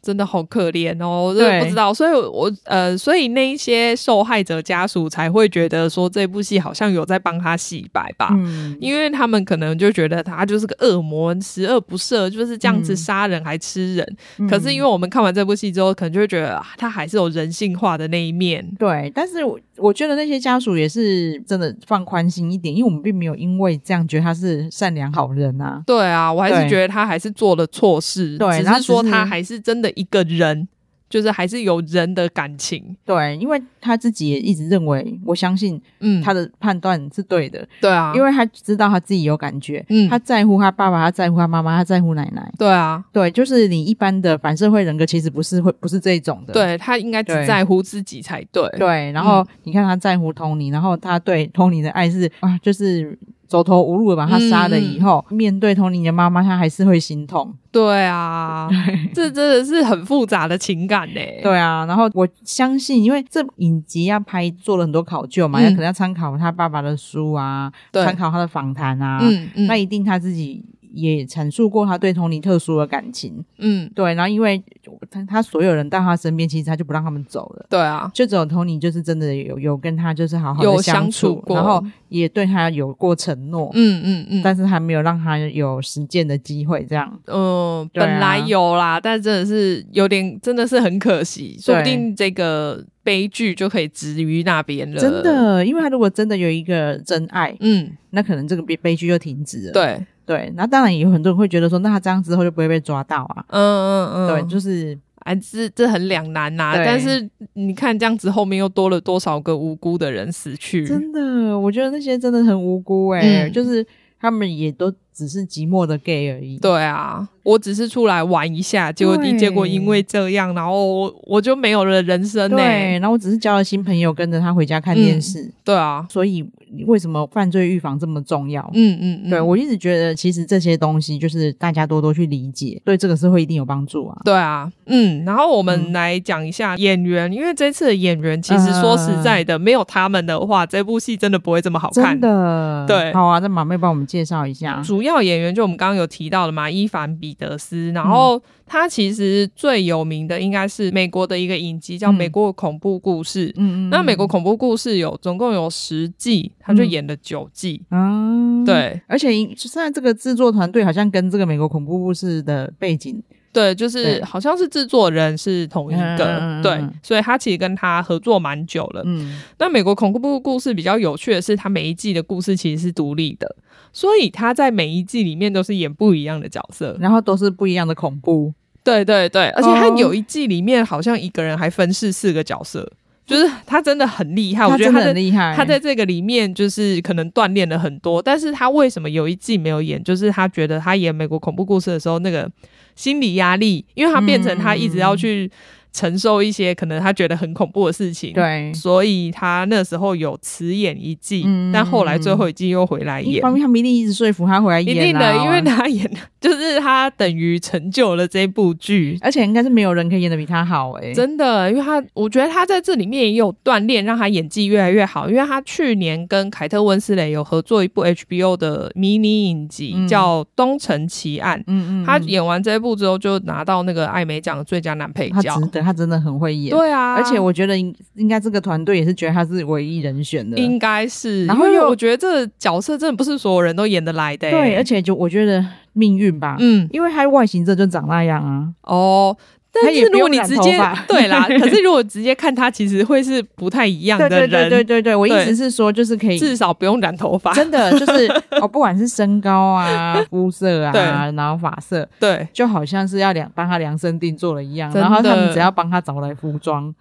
[SPEAKER 2] 真的好可怜哦，我真的
[SPEAKER 1] 对
[SPEAKER 2] 不知道，所以我呃，所以那一些受害者家属才会觉得说这部戏好像有在帮他洗白吧。
[SPEAKER 1] 嗯，
[SPEAKER 2] 因为他们可能就觉得他就是个恶魔，十恶不赦，就是这样子
[SPEAKER 1] 嗯
[SPEAKER 2] 杀人还吃人。可是因为我们看完这部戏之后，可能就会觉得、啊、他还是有人性化的那一面。
[SPEAKER 1] 对，但是我我觉得那些家属也是真的放宽心一点，因为我们并没有因为这样觉得他是善良好人啊。
[SPEAKER 2] 对啊，我还是
[SPEAKER 1] 对
[SPEAKER 2] 觉得他还是做了错事，
[SPEAKER 1] 对
[SPEAKER 2] 只
[SPEAKER 1] 他
[SPEAKER 2] 是
[SPEAKER 1] 只
[SPEAKER 2] 说
[SPEAKER 1] 是
[SPEAKER 2] 他还是真的一个人，就是还是有人的感情。
[SPEAKER 1] 对，因为他自己也一直认为，我相信
[SPEAKER 2] 嗯，
[SPEAKER 1] 他的判断是对的，
[SPEAKER 2] 对啊，
[SPEAKER 1] 因为他知道他自己有感觉，
[SPEAKER 2] 嗯
[SPEAKER 1] 他在乎他爸爸，他在乎他妈妈，他在乎奶奶。
[SPEAKER 2] 对啊，
[SPEAKER 1] 对，就是你一般的反社会人格其实不是会不是这一种的。
[SPEAKER 2] 对他应该只
[SPEAKER 1] 对
[SPEAKER 2] 在乎自己才对。
[SPEAKER 1] 对，然后你看他在乎 Tony，然后他对 Tony 的爱是啊，就是走投无路的把他杀了以后，
[SPEAKER 2] 嗯
[SPEAKER 1] 面对 Tony 的妈妈，他还是会心痛。
[SPEAKER 2] 对啊，这真的是很复杂的情感欸呢、
[SPEAKER 1] 对啊，然后我相信，因为这影集要拍做了很多考究嘛，
[SPEAKER 2] 嗯
[SPEAKER 1] 要可能要参考他爸爸的书啊，
[SPEAKER 2] 对
[SPEAKER 1] 参考他的访谈啊，
[SPEAKER 2] 嗯嗯
[SPEAKER 1] 那一定他自己。也阐述过他对 Tony 特殊的感情，
[SPEAKER 2] 嗯，
[SPEAKER 1] 对，然后因为他他所有人到他身边，其实他就不让他们走了，
[SPEAKER 2] 对啊，
[SPEAKER 1] 就只有 Tony 就是真的有有跟他就是好好
[SPEAKER 2] 有
[SPEAKER 1] 的
[SPEAKER 2] 相
[SPEAKER 1] 处，
[SPEAKER 2] 处过
[SPEAKER 1] 然后也对他有过承诺，
[SPEAKER 2] 嗯嗯嗯。
[SPEAKER 1] 但是还没有让他有实践的机会。这样，
[SPEAKER 2] 嗯，
[SPEAKER 1] 对啊
[SPEAKER 2] 本来有啦，但真的是有点，真的是很可惜，说不定这个悲剧就可以止于那边了。
[SPEAKER 1] 真，的，因为他如果真的有一个真爱，
[SPEAKER 2] 嗯，
[SPEAKER 1] 那可能这个悲悲剧就停止了。
[SPEAKER 2] 对，
[SPEAKER 1] 对，那当然也有很多人会觉得说，那他这样之后就不会被抓到啊。
[SPEAKER 2] 嗯嗯嗯，
[SPEAKER 1] 对，就是
[SPEAKER 2] 哎，这这很两难呐、
[SPEAKER 1] 对
[SPEAKER 2] 但是你看这样子，后面又多了多少个无辜的人死去？
[SPEAKER 1] 真的，我觉得那些真的很无辜哎、
[SPEAKER 2] 嗯
[SPEAKER 1] 就是他们也都只是寂寞的 gay 而已。
[SPEAKER 2] 对啊，我只是出来玩一下，结果
[SPEAKER 1] 对
[SPEAKER 2] 结果因为这样，然后我我就没有了人生呢、
[SPEAKER 1] 对，然后我只是交了新朋友，跟着他回家看电视。
[SPEAKER 2] 对啊，
[SPEAKER 1] 所以为什么犯罪预防这么重要？
[SPEAKER 2] 嗯嗯，嗯
[SPEAKER 1] 对我一直觉得，其实这些东西就是大家多多去理解，对这个社会一定有帮助啊。
[SPEAKER 2] 对啊，嗯，然后我们来讲一下演员，因为这次的演员其
[SPEAKER 1] 嗯
[SPEAKER 2] 实说实在的，没有他们的话，这部戏真的不会这么好看
[SPEAKER 1] 真。的，
[SPEAKER 2] 对
[SPEAKER 1] 好啊，那马妹帮我们介绍一下。
[SPEAKER 2] 主要演员就我们刚刚有提到的嘛，伊凡彼得斯，然后他其实最有名的应该是美国的一个影集叫《
[SPEAKER 1] 嗯
[SPEAKER 2] 美国恐怖故事》。
[SPEAKER 1] 嗯
[SPEAKER 2] 那美国恐怖故事有总共有十季，他
[SPEAKER 1] 嗯
[SPEAKER 2] 就演了九季。
[SPEAKER 1] 啊，，
[SPEAKER 2] 对
[SPEAKER 1] 而且现在这个制作团队好像跟这个美国恐怖故事的背景，
[SPEAKER 2] 对，就是
[SPEAKER 1] 对
[SPEAKER 2] 好像是制作人是同一个，
[SPEAKER 1] 嗯嗯嗯嗯
[SPEAKER 2] 对，所以他其实跟他合作蛮久了。
[SPEAKER 1] 嗯，
[SPEAKER 2] 那美国恐怖故事比较有趣的是，它每一季的故事其实是独立的，所以他在每一季里面都是演不一样的角色。
[SPEAKER 1] 然后都是不一样的恐怖，
[SPEAKER 2] 对对对，而且他
[SPEAKER 1] 哦
[SPEAKER 2] 有一季里面好像一个人还分饰四个角色，就是他真的很厉啊害。我觉得
[SPEAKER 1] 真
[SPEAKER 2] 他
[SPEAKER 1] 的很
[SPEAKER 2] 在
[SPEAKER 1] 厉害，
[SPEAKER 2] 他在这个里面就是可能锻炼了很多，但是他为什么有一季没有演？就是他觉得他演美国恐怖故事的时候，那个心理压力，因为他变成他一直要去承受一些可能他觉得很恐怖的事情，，
[SPEAKER 1] 对。
[SPEAKER 2] 所以他那时候有辞演一季，
[SPEAKER 1] 嗯
[SPEAKER 2] 但后来最后一季又回来
[SPEAKER 1] 一
[SPEAKER 2] 演
[SPEAKER 1] 方。面，他们啊一定一直说服他回来
[SPEAKER 2] 一
[SPEAKER 1] 演、啊，
[SPEAKER 2] 定的，因为他演， 就是他等于成就了这部剧，
[SPEAKER 1] 而且应该是没有人可以演的比他好哎、
[SPEAKER 2] 真的，因为他，我觉得他在这里面也有锻炼，让他演技越来越好。因为他去年跟凯特温斯雷有合作一部 HBO 的迷你影集，
[SPEAKER 1] 嗯
[SPEAKER 2] 叫《东城奇案》。
[SPEAKER 1] 嗯嗯，
[SPEAKER 2] 他
[SPEAKER 1] 嗯
[SPEAKER 2] 演完这部之后，就拿到那个艾美奖的最佳男配
[SPEAKER 1] 他
[SPEAKER 2] 角
[SPEAKER 1] 值。得，他真的很会演，
[SPEAKER 2] 对啊，
[SPEAKER 1] 而且我觉得应应该这个团队也是觉得他是唯一人选的，
[SPEAKER 2] 应该是，
[SPEAKER 1] 然后
[SPEAKER 2] 因为
[SPEAKER 1] 又
[SPEAKER 2] 我觉得这个角色真的不是所有人都演得来的、欸
[SPEAKER 1] 对，而，且就我觉得命运吧，
[SPEAKER 2] 嗯，
[SPEAKER 1] 因为他外形这就长那样啊，
[SPEAKER 2] 哦。但
[SPEAKER 1] 他
[SPEAKER 2] 是
[SPEAKER 1] 也不
[SPEAKER 2] 如果
[SPEAKER 1] 用
[SPEAKER 2] 你
[SPEAKER 1] 染
[SPEAKER 2] 直
[SPEAKER 1] 头
[SPEAKER 2] 接
[SPEAKER 1] 发
[SPEAKER 2] 对 啦，可是如果直接看他，其实会是不太一样
[SPEAKER 1] 对
[SPEAKER 2] 的
[SPEAKER 1] 对
[SPEAKER 2] 人，
[SPEAKER 1] 对对对对，我意思
[SPEAKER 2] 对
[SPEAKER 1] 是说就是可以。
[SPEAKER 2] 至少不用染头发。
[SPEAKER 1] 真的就是 哦，不管是身高啊、肤色
[SPEAKER 2] 对
[SPEAKER 1] 啊，然后发色，
[SPEAKER 2] 对，
[SPEAKER 1] 就好像是要量帮他量身定做了一样。
[SPEAKER 2] 真的
[SPEAKER 1] 然后他们只要帮他找来服装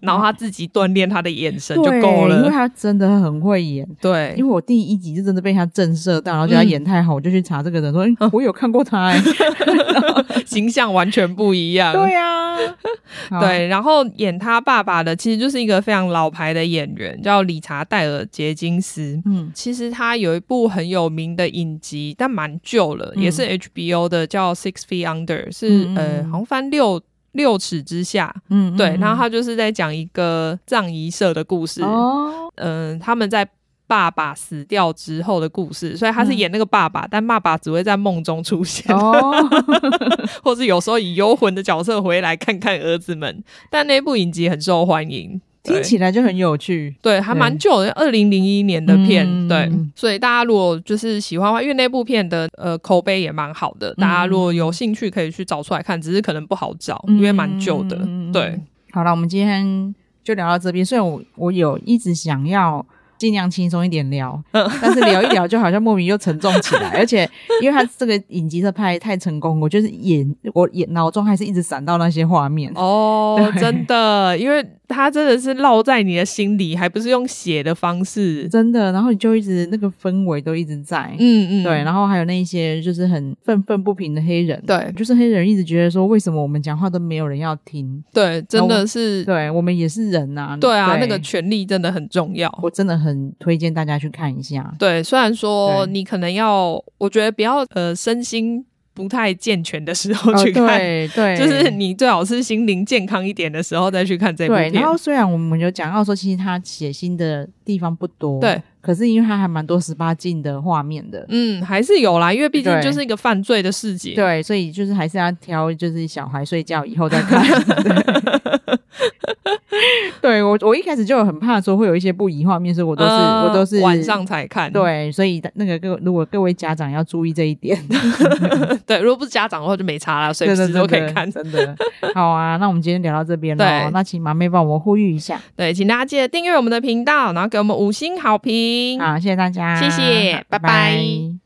[SPEAKER 2] 然后他自己锻炼他的眼神就
[SPEAKER 1] 对
[SPEAKER 2] 够
[SPEAKER 1] 因为
[SPEAKER 2] 了。
[SPEAKER 1] 他真的很会演。嗯
[SPEAKER 2] 对
[SPEAKER 1] 因为我第一集就真的被他震慑到，然后觉得他演太好，我就去查这个人说，哎我有看过他、哎
[SPEAKER 2] 形象完全不一样。
[SPEAKER 1] 对啊， 好，
[SPEAKER 2] 对然后演他爸爸的其实就是一个非常老牌的演员，叫理查戴尔杰金斯。
[SPEAKER 1] 嗯
[SPEAKER 2] 其实他有一部很有名的影集，但蛮旧了，
[SPEAKER 1] 嗯
[SPEAKER 2] 也是 HBO 的，叫《Six Feet Under》，是、
[SPEAKER 1] 嗯嗯
[SPEAKER 2] 呃，
[SPEAKER 1] 嗯
[SPEAKER 2] 好像翻六六尺之下。
[SPEAKER 1] 嗯，
[SPEAKER 2] 对，
[SPEAKER 1] 嗯
[SPEAKER 2] 然后他就是在讲一个葬仪社的故事。
[SPEAKER 1] 哦，
[SPEAKER 2] 嗯，他们在爸爸死掉之后的故事，所以他是
[SPEAKER 1] 嗯
[SPEAKER 2] 演那个爸爸，但爸爸只会在梦中出现，
[SPEAKER 1] 哦，
[SPEAKER 2] 或是有时候以幽魂的角色回来看看儿子们。但那部影集很受欢迎，对
[SPEAKER 1] 听起来就很有趣。
[SPEAKER 2] 对，还蛮旧的，二零零一年的片，
[SPEAKER 1] 嗯
[SPEAKER 2] 对，所以大家如果就是喜欢的话，因为那部片的呃口碑也蛮好
[SPEAKER 1] 嗯
[SPEAKER 2] 的，大家如果有兴趣可以去找出来看，只是可能不好找，因为蛮旧的，
[SPEAKER 1] 嗯
[SPEAKER 2] 对，
[SPEAKER 1] 好了，我们今天就聊到这边。虽然我我有一直想要尽量轻松一点聊，
[SPEAKER 2] 嗯
[SPEAKER 1] 但是聊一聊就好像莫名又沉重起 来。而且因为他这个影集的拍得太成功，我就是眼我眼脑中还是一直闪到那些画面。
[SPEAKER 2] 哦，真的，因为它真的是烙在你的心里，还不是用写的方式。
[SPEAKER 1] 真的，然后你就一直那个氛围都一直在，
[SPEAKER 2] 嗯嗯，
[SPEAKER 1] 对，然后还有那一些就是很愤愤不平的黑人，
[SPEAKER 2] 对
[SPEAKER 1] 就是黑人一直觉得说为什么我们讲话都没有人要听，
[SPEAKER 2] 对，真的是
[SPEAKER 1] 对我们也是人呐、
[SPEAKER 2] 对啊，那个权利真的很重要。
[SPEAKER 1] 我真的很推荐大家去看一下，
[SPEAKER 2] 对，虽然说
[SPEAKER 1] 对
[SPEAKER 2] 你可能要，我觉得不要呃身心不太健全的时候去
[SPEAKER 1] 呃、
[SPEAKER 2] 看，
[SPEAKER 1] 对对，
[SPEAKER 2] 就是你最好是心灵健康一点的时候再去看这部
[SPEAKER 1] 对。
[SPEAKER 2] 片。
[SPEAKER 1] 然后虽然我们有讲到说，其实他血腥的地方不多，
[SPEAKER 2] 对，
[SPEAKER 1] 可是因为他还蛮多十八禁的画面的，
[SPEAKER 2] 嗯，还是有啦，因为毕竟
[SPEAKER 1] 对
[SPEAKER 2] 就是一个犯罪的事情。
[SPEAKER 1] 对，所以就是还是要挑，就是小孩睡觉以后再 看。对我，我一开始就有很怕说会有一些不宜画面，所以我
[SPEAKER 2] 我
[SPEAKER 1] 都是、我都是
[SPEAKER 2] 嗯呃晚上才看。
[SPEAKER 1] 对，所以那个各如果各位家长要注意这一点，
[SPEAKER 2] 对，如果不是家长的话就没差啦，随
[SPEAKER 1] 对对
[SPEAKER 2] 时都可以看。
[SPEAKER 1] 真的。好啊，那我们今天聊到这边喽
[SPEAKER 2] 对，
[SPEAKER 1] 那请麻妹帮我们呼吁一下
[SPEAKER 2] 对，请大家记得订阅我们的频道，然后给我们五星好评。
[SPEAKER 1] 啊，谢谢大家，
[SPEAKER 2] 谢谢拜拜
[SPEAKER 1] 拜